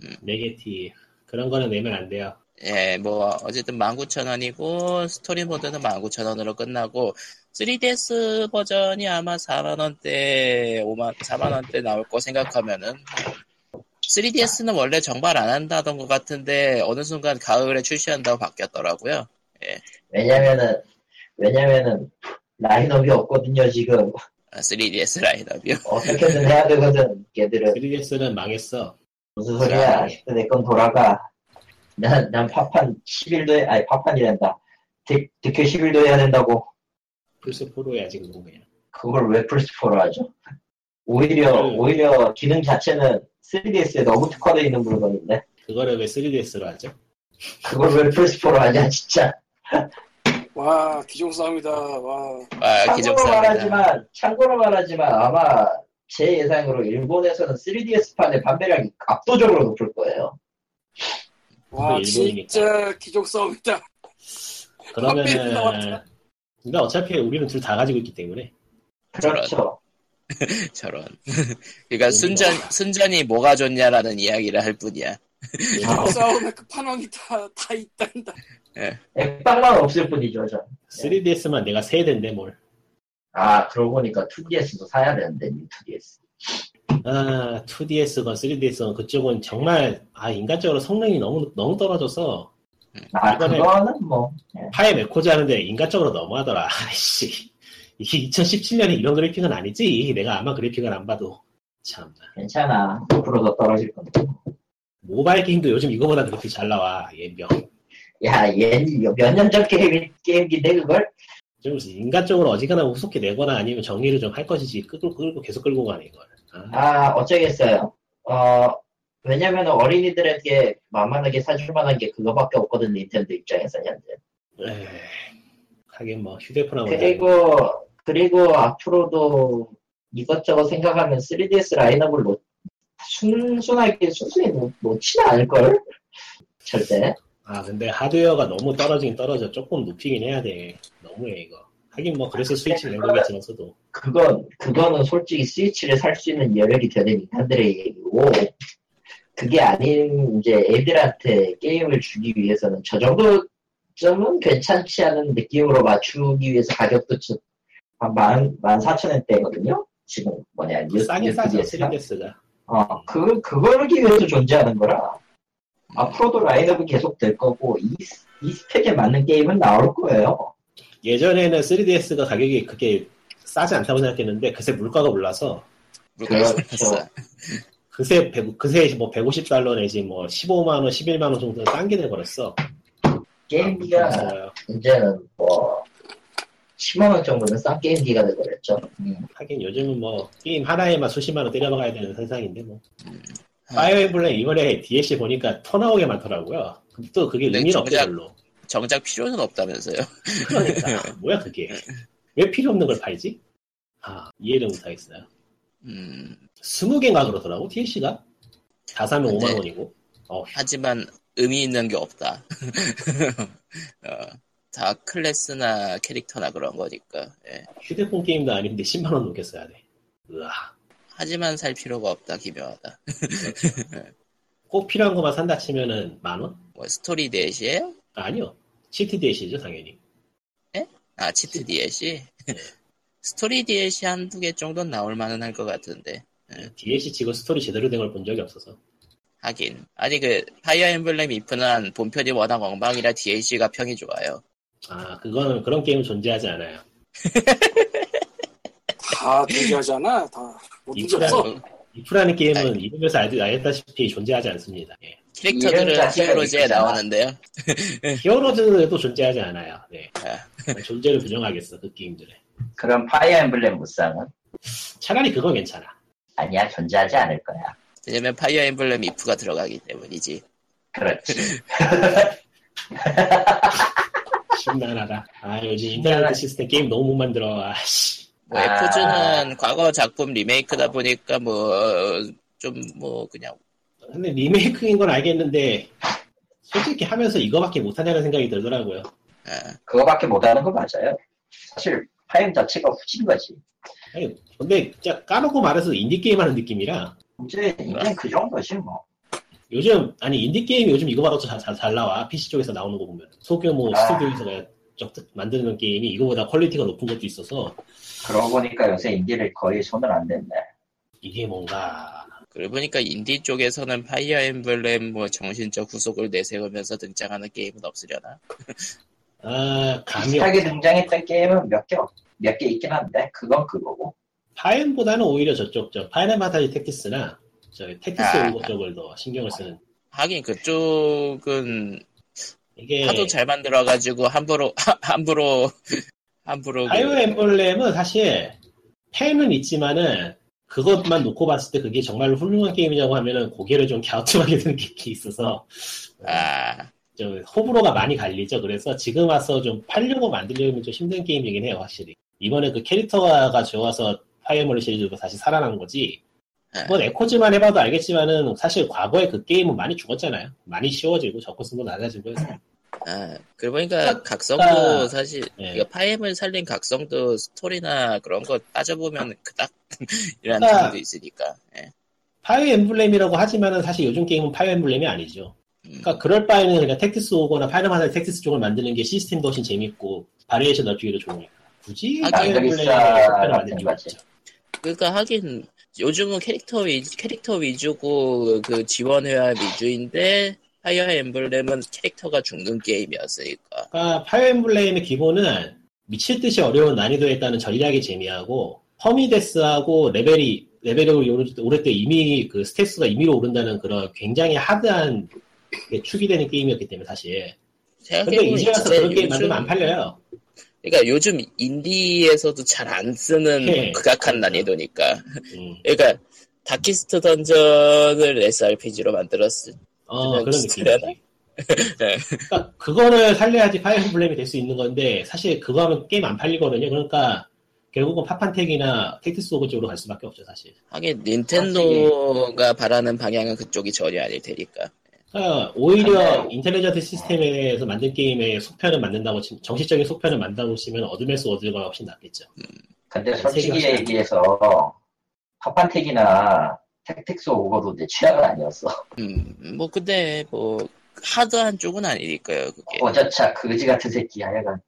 Speaker 1: 음.
Speaker 3: 네게티 그런 거는 내면 안 돼요.
Speaker 1: 예, 뭐, 어쨌든 19,000원이고, 스토리 모드는 19,000원으로 끝나고, 3DS 버전이 아마 4만원대, 5만, 4만원대 나올 거 생각하면은, 3DS는 원래 정발 안 한다던 것 같은데, 어느 순간 가을에 출시한다고 바뀌었더라고요.
Speaker 2: 왜냐면은, 왜냐면은, 라인업이 없거든요, 지금.
Speaker 1: 아, 3DS 라인업이요.
Speaker 2: 어떻게든 해야 되거든, 걔들은.
Speaker 3: 3DS는 망했어.
Speaker 2: 무슨 소리야. 아직도 내건 돌아가. 난, 난 파판 11도, 해, 아니, 파판이 된다. 득, 득회 11도 해야 된다고.
Speaker 3: 플스4로에 아직 뭐 누구냐.
Speaker 2: 그걸 왜 플스4로 하죠? 오히려,
Speaker 3: 음.
Speaker 2: 오히려 기능 자체는 3DS에 너무 특화되어 있는 물건인데.
Speaker 3: 그거를 왜 3DS로 하죠?
Speaker 2: 그걸 왜 플스4로 하냐, 진짜.
Speaker 4: 와 기종싸움이다. 와
Speaker 1: 아,
Speaker 2: 참고로
Speaker 1: 기적사입니다.
Speaker 2: 말하지만, 참고로 말하지만 아마 제 예상으로 일본에서는 3DS판의 판매량이 압도적으로 높을 거예요.
Speaker 4: 와,
Speaker 3: 그게 일본이니까.
Speaker 4: 진짜 기종싸움이다. 빡빡이
Speaker 3: 그러면은
Speaker 4: 나왔다.
Speaker 3: 근데 어차피 우리는 둘 다 가지고 있기 때문에
Speaker 2: 그렇죠.
Speaker 1: 저런. 그러니까 순전, 순전히 뭐가 좋냐라는 이야기를 할 뿐이야.
Speaker 2: 아.
Speaker 4: 기종싸움의 그 끝판왕이 다, 다 있단다.
Speaker 2: 액방만 없을 뿐이죠, 전.
Speaker 3: 3DS만 내가 세대인데 뭘.
Speaker 2: 아, 그러고 보니까 2DS도 사야 되는데, 이 2DS.
Speaker 3: 아, 2DS건 3DS건 그쪽은 정말 아 인간적으로 성능이 너무 너무 떨어져서
Speaker 2: 아,
Speaker 3: 이번에-
Speaker 2: 그거는 뭐, 예.
Speaker 3: 파에 메코지 하는데 인간적으로 너무하더라. 아이씨. 이게 2017년에 이런 그래픽은 아니지. 내가 아마 그래픽을 안 봐도. 참.
Speaker 2: 괜찮아. 앞으로 더 떨어질 건데.
Speaker 3: 모바일 게임도 요즘 이거보다 그래픽 잘 나와. 예명.
Speaker 2: 야, 얘, 몇년 전 게임, 게임기인데, 그걸?
Speaker 3: 좀 인간적으로 어지간하면 우습게 내거나 아니면 정리를 좀 할 것이지. 끌고, 끌고, 계속 끌고 가네, 이걸. 아,
Speaker 2: 아, 어쩌겠어요. 어, 왜냐면 어린이들에게 만만하게 사줄 만한 게 그거밖에 없거든, 닌텐도 입장에서는. 현재.
Speaker 3: 에이. 하긴 뭐, 휴대폰 하면.
Speaker 2: 그리고 그리고 앞으로도 이것저것 생각하면 3DS 라인업을 놓, 순순하게 순순히 놓, 놓지는 않을 걸 절대.
Speaker 3: 아, 근데 하드웨어가 너무 떨어지긴 떨어져. 조금 높이긴 해야 돼. 너무해, 이거. 하긴 뭐, 그래서
Speaker 2: 아,
Speaker 3: 스위치 낸 거겠지만서도.
Speaker 2: 그건 그거는 솔직히 스위치를 살 수 있는 여력이 되는 인간들의 얘기고 그게 아닌 이제 애들한테 게임을 주기 위해서는 저 정도 점은 괜찮지 않은 느낌으로 맞추기 위해서 가격도 저- 한 만, 만 사천 원대거든요. 지금 뭐냐 뉴-
Speaker 3: 싸긴 싸죠,
Speaker 2: 뉴스에서.
Speaker 3: 3DS가.
Speaker 2: 어, 그, 그거를 위해서 존재하는 거라. 앞으로도 라인업이 계속 될 거고, 이, 스- 이 스펙에 맞는 게임은 나올 거예요.
Speaker 3: 예전에는 3DS가 가격이 그게 싸지 않다고 생각했는데 그새 물가가 올라서
Speaker 1: 물가가
Speaker 2: 그렇죠.
Speaker 1: 올랐어.
Speaker 3: 그새 100, 그새 뭐 150달러 내지 뭐 15만 원, 11만 원 정도 싼게 돼버렸어.
Speaker 2: 게임기가
Speaker 3: 아, 그래서요.
Speaker 2: 이제는 뭐, 10만원 정도는 싼 게임기가 되버렸죠. 음.
Speaker 3: 하긴 요즘은 뭐 게임 하나에만 수십만 원 때려박아야 되는 세상인데 뭐.
Speaker 1: 음.
Speaker 3: 파이어 엠블렘 이번에 DLC 보니까 토 나오게 많더라고요. 근데 또 그게
Speaker 1: 네,
Speaker 3: 의미는 없대
Speaker 1: 정작-
Speaker 3: 별로.
Speaker 1: 정작 필요는 없다면서요.
Speaker 3: 그러니까 뭐야 그게. 왜 필요 없는 걸 팔지? 아 이해를 못하겠어요.
Speaker 1: 음.
Speaker 3: 20개인가 그러더라고 DLC가. 다 사면
Speaker 1: 근데-
Speaker 3: 5만 원이고. 어,
Speaker 1: 하지만 의미 있는 게 없다. 어, 다 클래스나 캐릭터나 그런 거니까. 예.
Speaker 3: 휴대폰 게임도 아닌데 10만 원 넘게 써야 돼. 으아.
Speaker 1: 하지만 살 필요가 없다 기묘하다.
Speaker 3: 꼭 필요한 것만 산다 치면은 만 원?
Speaker 1: 뭐 스토리 대시에요?
Speaker 3: 아니요. CT 대시죠 당연히.
Speaker 1: 아 치트 DLC? 스토리 DLC 한두 개 정도는 나올 만은 할 것 같은데.
Speaker 3: DLC 치고 스토리 제대로 된 걸 본 적이 없어서.
Speaker 1: 하긴 아니 그 파이어 엠블렘 이프는 본편이 워낙 엉망이라 DLC가 평이 좋아요.
Speaker 3: 아 그거는 그런 게임은 존재하지 않아요.
Speaker 4: 다 대기하잖아. 다 모든 게 없어.
Speaker 1: 그
Speaker 3: 이프라는 게임은 이름에서 알, 알다시피 존재하지 않습니다. 예.
Speaker 2: 이름
Speaker 1: 캐릭터들은
Speaker 2: 자체가
Speaker 1: 히어로즈에
Speaker 2: 이쁘잖아.
Speaker 1: 나오는데요.
Speaker 3: 히어로즈도 존재하지 않아요. 네.
Speaker 1: 아.
Speaker 3: 존재를 부정하겠어 그 게임들에.
Speaker 2: 그럼 파이어 엠블렘 무쌍은?
Speaker 3: 차라리 그거 괜찮아.
Speaker 2: 아니야, 존재하지 않을 거야.
Speaker 1: 왜냐면 파이어 엠블렘 이프가 들어가기 때문이지.
Speaker 2: 그렇지.
Speaker 3: 심란하다. 아 요즘 인터넷 시스템 게임 너무 못 만들어. 아씨.
Speaker 1: 뭐
Speaker 2: 아.
Speaker 1: 에포즈는 과거 작품 리메이크다 보니까 뭐 좀 뭐 그냥
Speaker 3: 근데 리메이크인 건 알겠는데 솔직히 하면서 이거밖에 못하냐는 생각이 들더라고요.
Speaker 1: 아,
Speaker 2: 그거밖에 못하는 거 맞아요. 사실, 파이어 자체가 후진 거지.
Speaker 3: 아니, 근데 진짜 까놓고 말해서 인디게임 하는 느낌이라
Speaker 2: 이제, 이제 그 정도지, 뭐.
Speaker 3: 요즘 아니 인디 게임 요즘 이거보다 더잘 잘 나와 PC 쪽에서 나오는 거 보면 소규모
Speaker 2: 아.
Speaker 3: 스튜디오에서 그냥 적- 만드는 게임이 이거보다 퀄리티가 높은 것도 있어서
Speaker 2: 그러고 보니까 요새 인디를 거의 손을 안 댔네.
Speaker 3: 이게 뭔가
Speaker 1: 그러고 보니까 인디 쪽에서는 파이어 엠블렘 뭐 정신적 구속을 내세우면서 등장하는 게임은 없으려나?
Speaker 3: 아 감이
Speaker 2: 비슷하게
Speaker 3: 없.
Speaker 2: 등장했던 게임은 몇 개, 몇 개 있긴 한데, 그건 그거고.
Speaker 3: 파인보다는 오히려 저쪽 저 파이널 판타지 택티스나 저 택티스
Speaker 1: 아.
Speaker 3: 오버 쪽을 더 신경을 쓰는
Speaker 1: 하긴 그쪽은
Speaker 3: 이게
Speaker 1: 하도 잘 만들어가지고 함부로 하- 함부로 함부로 그-
Speaker 3: 파이어 엠블렘은 사실 팬은 있지만은 그것만 놓고 봤을 때 그게 정말로 훌륭한 게임이라고 하면은 고개를 좀 갸우뚱하게 드는 게 있어서
Speaker 1: 아
Speaker 3: 좀 호불호가 많이 갈리죠. 그래서 지금 와서 좀 팔려고 만들려면 좀 힘든 게임이긴 해요, 확실히. 이번에 그 캐릭터가 좋아서 파이어몰 시리즈로 다시 살아난 거지.
Speaker 1: 네.
Speaker 3: 뭐 에코즈만 해봐도 알겠지만은 사실 과거에 그 게임은 많이 죽었잖아요. 많이 쉬워지고 접근성도 낮아지고 해서.
Speaker 1: 아, 그러고 보니까 각성도
Speaker 3: 아까-
Speaker 1: 사실
Speaker 3: 예.
Speaker 1: 이거 파이엠을 살린 각성도 스토리나 그런 거 따져보면 그닥 이라는
Speaker 3: 아까-
Speaker 1: 점도 있으니까 예.
Speaker 3: 파이어 엠블렘이라고 하지만은 사실 요즘 게임은 파이어 엠블렘이 아니죠.
Speaker 1: 음,
Speaker 3: 그러니까 그럴 바에는 그냥 택티스 오거나 파이널 판타지 택티스 쪽을 만드는 게 시스템도 훨씬 재밌고 바리에이션 넓히기도 좋으니까. 굳이
Speaker 1: 아,
Speaker 3: 파이어
Speaker 2: 그게
Speaker 3: 엠블렘을
Speaker 2: 비싸
Speaker 3: 만드는 이유가
Speaker 2: 같은
Speaker 3: 없죠.
Speaker 1: 그러니까 하긴 요즘은 캐릭터 위 캐릭터 위주고 그 지원 회화 위주인데 파이어 엠블렘은 캐릭터가 죽는 게임이었으니까
Speaker 3: 그러니까 파이어 엠블렘의 기본은 미칠 듯이 어려운 난이도에 따른 전략의 재미하고 퍼미데스하고 레벨이 레벨이 오를 때- 오를 때 이미 그 스탯수가 임의로 오른다는 그런 굉장히 하드한 그게 축이 되는 게임이었기 때문에 사실 근데
Speaker 1: 생각해보면
Speaker 3: 이제 와서
Speaker 1: 진짜
Speaker 3: 그런 게임
Speaker 1: 요즘-
Speaker 3: 만들면 안 팔려요
Speaker 1: 그러니까 요즘 인디에서도 잘 안 쓰는
Speaker 3: 예.
Speaker 1: 극악한 난이도니까
Speaker 3: 음.
Speaker 1: 그러니까 다키스트 던전을 SRPG로 만들었을
Speaker 3: 어
Speaker 1: 그냥
Speaker 3: 그런
Speaker 1: 비슷하네.
Speaker 3: 느낌이지
Speaker 1: 네.
Speaker 3: 그러니까 그거를 살려야지 파이어 엠블렘이 될 수 있는 건데 사실 그거 하면 게임 안 팔리거든요 그러니까 결국은 파판텍이나 택티스 오브 쪽으로 갈 수밖에 없죠 사실
Speaker 1: 하긴 닌텐도가 바라는 방향은 그쪽이 전혀 아닐 테니까
Speaker 3: 어, 오히려
Speaker 2: 근데-
Speaker 1: 네.
Speaker 3: 인텔리전트 시스템에 대해서 만든 게임의 속편을 만든다고 치 정식적인 속편을 만든다고 치면 어드밴스 워드가 훨씬 낫겠죠.
Speaker 2: 근데
Speaker 3: 네,
Speaker 2: 솔직히
Speaker 3: 세계가
Speaker 2: 얘기해서, 파판텍이나 택틱스 오버도 내 취향은 아니었어.
Speaker 1: 음뭐 근데 뭐 하드한 쪽은 아니니까요
Speaker 3: 예.
Speaker 1: 그게
Speaker 2: 어저차 그지 같은 새끼 하여간.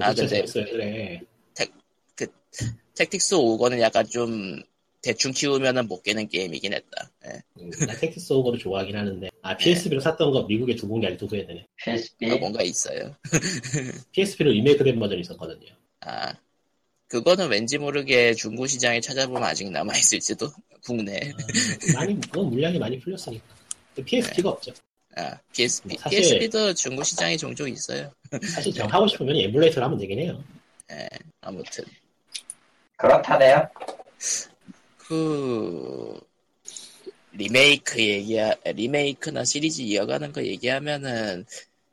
Speaker 1: 아, 근데-
Speaker 3: 재밌어요. 그래.
Speaker 1: 택틱스 5거는 약간 좀 대충 키우면은 못 깨는 게임이긴 했다 예.
Speaker 3: 음, 나 텍스 오거를 좋아하긴 하는데 아
Speaker 1: 네.
Speaker 3: PSP로 샀던 거 미국에 두 공개 아직 도구해야 되네.
Speaker 2: PSP?
Speaker 1: 아, 뭔가 있어요
Speaker 3: PSP로 리메이크된 버전이 있었거든요.
Speaker 1: 아 그거는 왠지 모르게 중고 시장에 찾아보면 아직 남아 있을지도 국내
Speaker 3: 아, 많이 그건 물량이 많이 풀렸으니까. PSP가 없죠.
Speaker 1: 아 PSP
Speaker 3: 사실-
Speaker 1: PSP도 중고 시장에 종종 있어요
Speaker 3: 사실 저 하고 싶으면 에뮬레이터를 하면 되긴 해요.
Speaker 1: 아무튼
Speaker 2: 그렇다네요.
Speaker 1: 그 리메이크 얘기 리메이크나 시리즈 이어가는 거 얘기하면은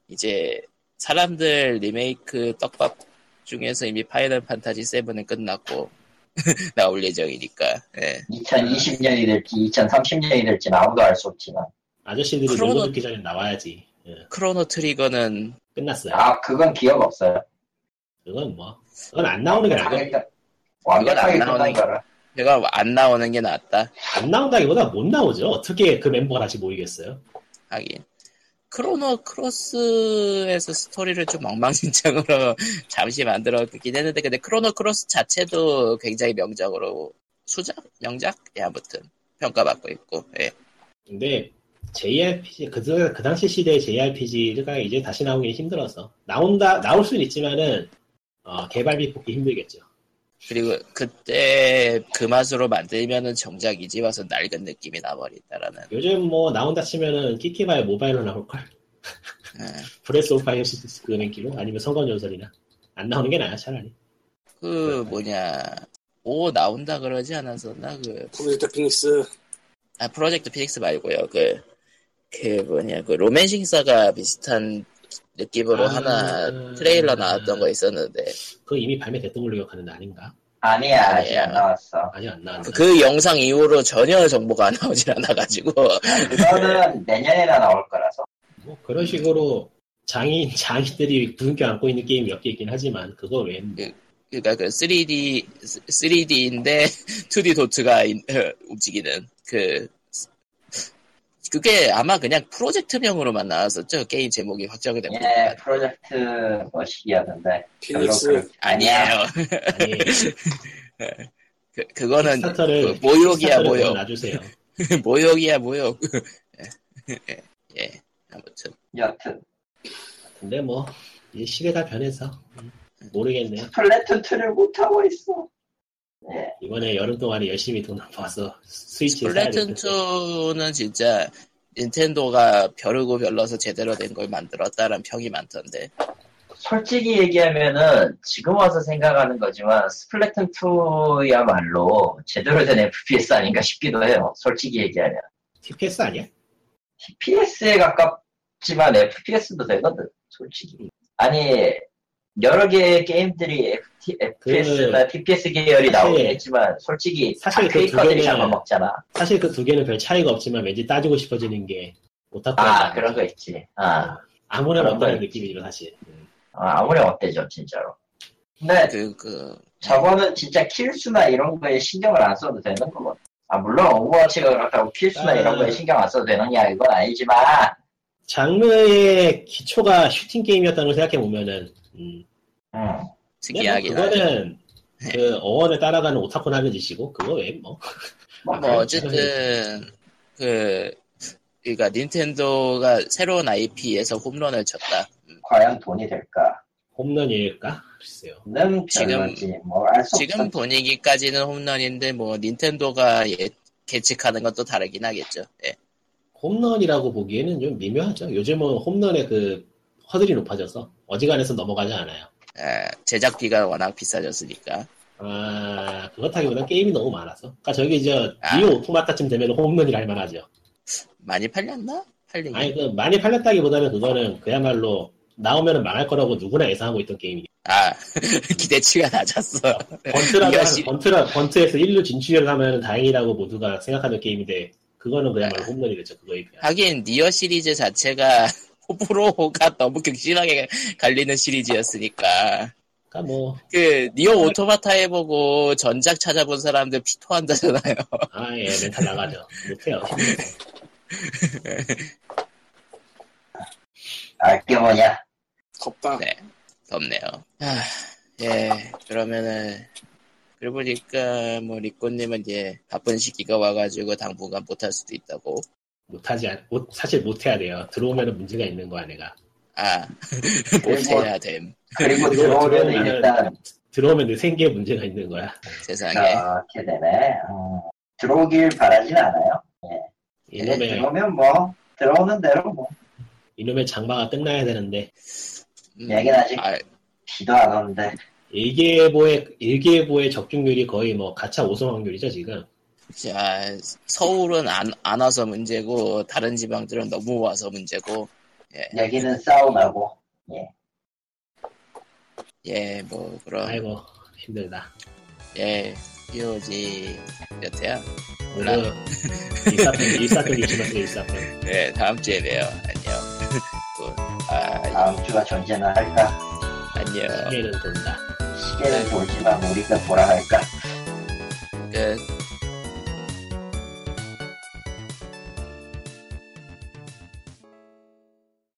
Speaker 1: 이제 사람들 리메이크 떡밥 중에서 이미 파이널 판타지 7은 끝났고 나올 예정이니까 예.
Speaker 2: 2020년이 될지 2030년이 될지 아무도 알 수 없지만.
Speaker 3: 아저씨들이
Speaker 1: 그러면-
Speaker 3: 놀러 듣기 전에 나와야지. 예,
Speaker 1: 크로노 트리거는
Speaker 3: 끝났어요.
Speaker 2: 아, 그건 기억 없어요.
Speaker 3: 그건 뭐 그건 안 나오는 게 나아요.
Speaker 2: 당연히- 완벽하게
Speaker 1: 그건 안 나오는
Speaker 2: 끝난 거라.
Speaker 1: 내가 안 나오는 게 낫다
Speaker 3: 안 나온다기보다 못 나오죠. 어떻게 그 멤버가 다시 모이겠어요?
Speaker 1: 하긴 크로노 크로스에서 스토리를 좀 엉망진창으로 잠시 만들었긴 했는데 근데 크로노 크로스 자체도 굉장히 명작으로 수작 명작 예 아무튼 평가받고 있고 예
Speaker 3: 근데 JRPG 그, 그 당시 시대의 JRPG가 이제 다시 나오기 힘들어서 나온다 나올 수는 있지만은 어, 개발비 뽑기 힘들겠죠.
Speaker 1: 그리고 그때 그 맛으로 만들면은 정작 이제 와서 낡은 느낌이 나버린다라는
Speaker 3: 요즘 뭐 나온다 치면은 키키바의 모바일로 나올 걸.
Speaker 1: 예.
Speaker 3: 브레스 오브 파이어 시스 그 랭키로 아니면 성검 연설이나 안 나오는 게 나아 차라리.
Speaker 1: 그 뭐냐 오 나온다 그러지 않았었나 그
Speaker 4: 프로젝트 피닉스
Speaker 1: 아, 프로젝트 피닉스 말고요. 그, 그 뭐냐, 그 로맨싱사가 비슷한 느낌으로
Speaker 3: 아,
Speaker 1: 하나 트레일러 나왔던 거 있었는데,
Speaker 3: 그거 이미 발매됐던 걸로 기억하는데 아닌가?
Speaker 2: 아니야, 아직 안
Speaker 1: 아니야.
Speaker 2: 나왔어.
Speaker 3: 아니 안 나왔나?
Speaker 1: 그, 그 영상 이후로 전혀 정보가 안 나오질 않아가지고,
Speaker 2: 그거는 내년에나 나올 거라서.
Speaker 3: 뭐 그런 식으로 장인 장인들이 부둥켜 안고 있는 게임 몇 개 있긴 하지만 그거 외에는
Speaker 1: 그니까 그 3D, 어, 3D인데, 2D 도트가 인- 움직이는, 그, 그게 아마 그냥 프로젝트명으로만 나왔었죠. 게임 제목이 확정이 된
Speaker 2: 예, 프로젝트 멋있기였는데. 아,
Speaker 4: 피닉스
Speaker 1: 아니에요.
Speaker 3: 아니
Speaker 1: 그, 그거는
Speaker 3: 스타터를
Speaker 1: 그 모욕이야,
Speaker 3: 킥스타터를
Speaker 1: 모욕.
Speaker 3: 그냥 놔주세요.
Speaker 1: 모욕이야, 모욕. 예, 예, 아무튼.
Speaker 2: 여튼
Speaker 3: 근데 뭐 이제 시대가 변해서 음, 모르겠네요.
Speaker 2: 플래툰 2를 못 하고 있어. 예.
Speaker 3: 이번에 여름 동안에 열심히 돈 모아서 스위치
Speaker 1: 플래툰 2는 진짜 닌텐도가 벼르고 별러서 제대로 된 걸 만들었다는 평이 많던데.
Speaker 2: 솔직히 얘기하면은 지금 와서 생각하는 거지만 스플래툰 2야말로 제대로 된 FPS 아닌가 싶기도 해요. 솔직히 얘기하면
Speaker 3: TPS 아니야?
Speaker 2: TPS에 가깝지만 FPS도 되거든. 솔직히 아니 여러 개의 게임들이 FPS나 TPS 계열이 나오긴
Speaker 3: 그 사실-
Speaker 2: 했지만 솔직히 다
Speaker 3: 사실 그두
Speaker 2: 페이커들이
Speaker 3: 개는-
Speaker 2: 잡아먹잖아.
Speaker 3: 사실 그 두 개는 별 차이가 없지만 왠지 따지고 싶어지는 게 오타쿠
Speaker 2: 아 그런 거 있지. 아
Speaker 3: 아무나
Speaker 2: 그런
Speaker 3: 못하는
Speaker 2: 거
Speaker 3: 느낌이죠 사실. 음.
Speaker 2: 아, 아무리 어때죠 진짜로.
Speaker 3: 아,
Speaker 2: 근데
Speaker 1: 그,
Speaker 3: 네, 뭐
Speaker 1: 그,
Speaker 2: 저거는 진짜 킬수나 이런 거에 신경을 안 써도 되는 거거든. 아, 물론 오버워치가 그렇다고 킬수나
Speaker 3: 아.
Speaker 2: 이런 거에 신경 안 써도 되느냐, 이건 아니지만,
Speaker 3: 장르의 기초가 슈팅 게임이었다는 걸 생각해 보면은 음.
Speaker 2: 음,
Speaker 3: 근데 뭐
Speaker 1: 특이하긴 하죠.
Speaker 3: 그거는 그 어원을 따라가는 오타쿠 하는 짓이고 그거 외뭐
Speaker 2: 뭐,
Speaker 1: 뭐 어쨌든 그 그러니까 닌텐도가 새로운 IP에서 홈런을 쳤다.
Speaker 2: 과연 돈이 될까?
Speaker 3: 홈런일까 글쎄요.
Speaker 2: 는
Speaker 1: 지금-
Speaker 2: 별로지, 뭐, 알 수 없어.
Speaker 1: 지금 분위기까지는 홈런인데 뭐 닌텐도가 예- 계측하는 것도 다르긴 하겠죠. 예.
Speaker 3: 홈런이라고 보기에는 좀 미묘하죠. 요즘은 홈런의 그 허들이 높아져서 어지간해서 넘어가지 않아요.
Speaker 1: 아, 제작비가 워낙 비싸졌으니까.
Speaker 3: 아 그렇다기보다 게임이 너무 많아서. 그러니까 저기 이제
Speaker 1: 아.
Speaker 3: 이 오토마타쯤 되면 홈런이라 할 만하죠.
Speaker 1: 많이 팔렸나? 팔린
Speaker 3: 아니
Speaker 1: 게.
Speaker 3: 그 많이 팔렸다기보다는 그거는 그야말로 나오면은 망할 거라고 누구나 예상하고 있던 게임이.
Speaker 1: 아, 기대치가 낮았어.
Speaker 3: 번트라도
Speaker 1: 네. 이거
Speaker 3: 하면-
Speaker 1: 시-
Speaker 3: 번트라 번트에서 1루 진출을 하면 다행이라고 모두가 생각하는 게임인데 그거는
Speaker 1: 네.
Speaker 3: 그야말로 홈런이 됐죠 그거에 비하.
Speaker 1: 하긴 니어 시리즈 자체가 호불호가 너무 극심하게 갈리는 시리즈였으니까.
Speaker 3: 그러니까 뭐
Speaker 1: 그 니어 오토마타 해보고 전작 찾아본 사람들 피토한다잖아요.
Speaker 3: 아예 멘탈 나가죠. 못해요.
Speaker 2: 알게 뭐냐.
Speaker 4: 덥다.
Speaker 1: 네, 덥네요. 아, 예, 그러면은 그러고 보니까 뭐 리꼬님은 이제 바쁜 시기가 와가지고 당분간 못할 수도 있다고.
Speaker 3: 못하지 않, 못, 사실 못해야 돼요. 들어오면은 문제가 있는 거야 내가.
Speaker 1: 아,
Speaker 2: 뭐,
Speaker 1: 못해야 됨.
Speaker 2: 그리고
Speaker 3: 들어오면은-
Speaker 2: 들어오려면 일단,
Speaker 3: 들어오면 내 생계에 문제가 있는 거야.
Speaker 1: 세상에.
Speaker 2: 그렇게 되네. 어, 들어오길 바라진 않아요.
Speaker 1: 네.
Speaker 2: 예,
Speaker 3: 이놈의
Speaker 2: 들어오면 뭐, 들어오는 대로 뭐,
Speaker 3: 이놈의 장마가 끝나야 되는데
Speaker 1: 음,
Speaker 2: 얘기는 아직-
Speaker 1: 아,
Speaker 2: 비도 안 오는데.
Speaker 3: 일기예보의 일기예보의 적중률이 거의 뭐 가차 오성 확률이죠 지금.
Speaker 1: 자, 서울은 안, 안 와서 문제고 다른 지방들은 너무 와서 문제고. 예,
Speaker 2: 여기는 사우나고,
Speaker 1: 예, 뭐 그런
Speaker 3: 아이고 힘들다.
Speaker 1: 예, POG 몇 회야? 몰라.
Speaker 3: 오늘 그, 일사편 일사편 유치마스 일사편.
Speaker 1: 네, 다음 주에 봬요. 안녕. 굿. 아,
Speaker 2: 다음 주가 존재나 할까?
Speaker 1: 안녕.
Speaker 3: 예. 시계는 돈다.
Speaker 2: 시계를 돌지만 우리가 돌아갈까?
Speaker 1: 끝.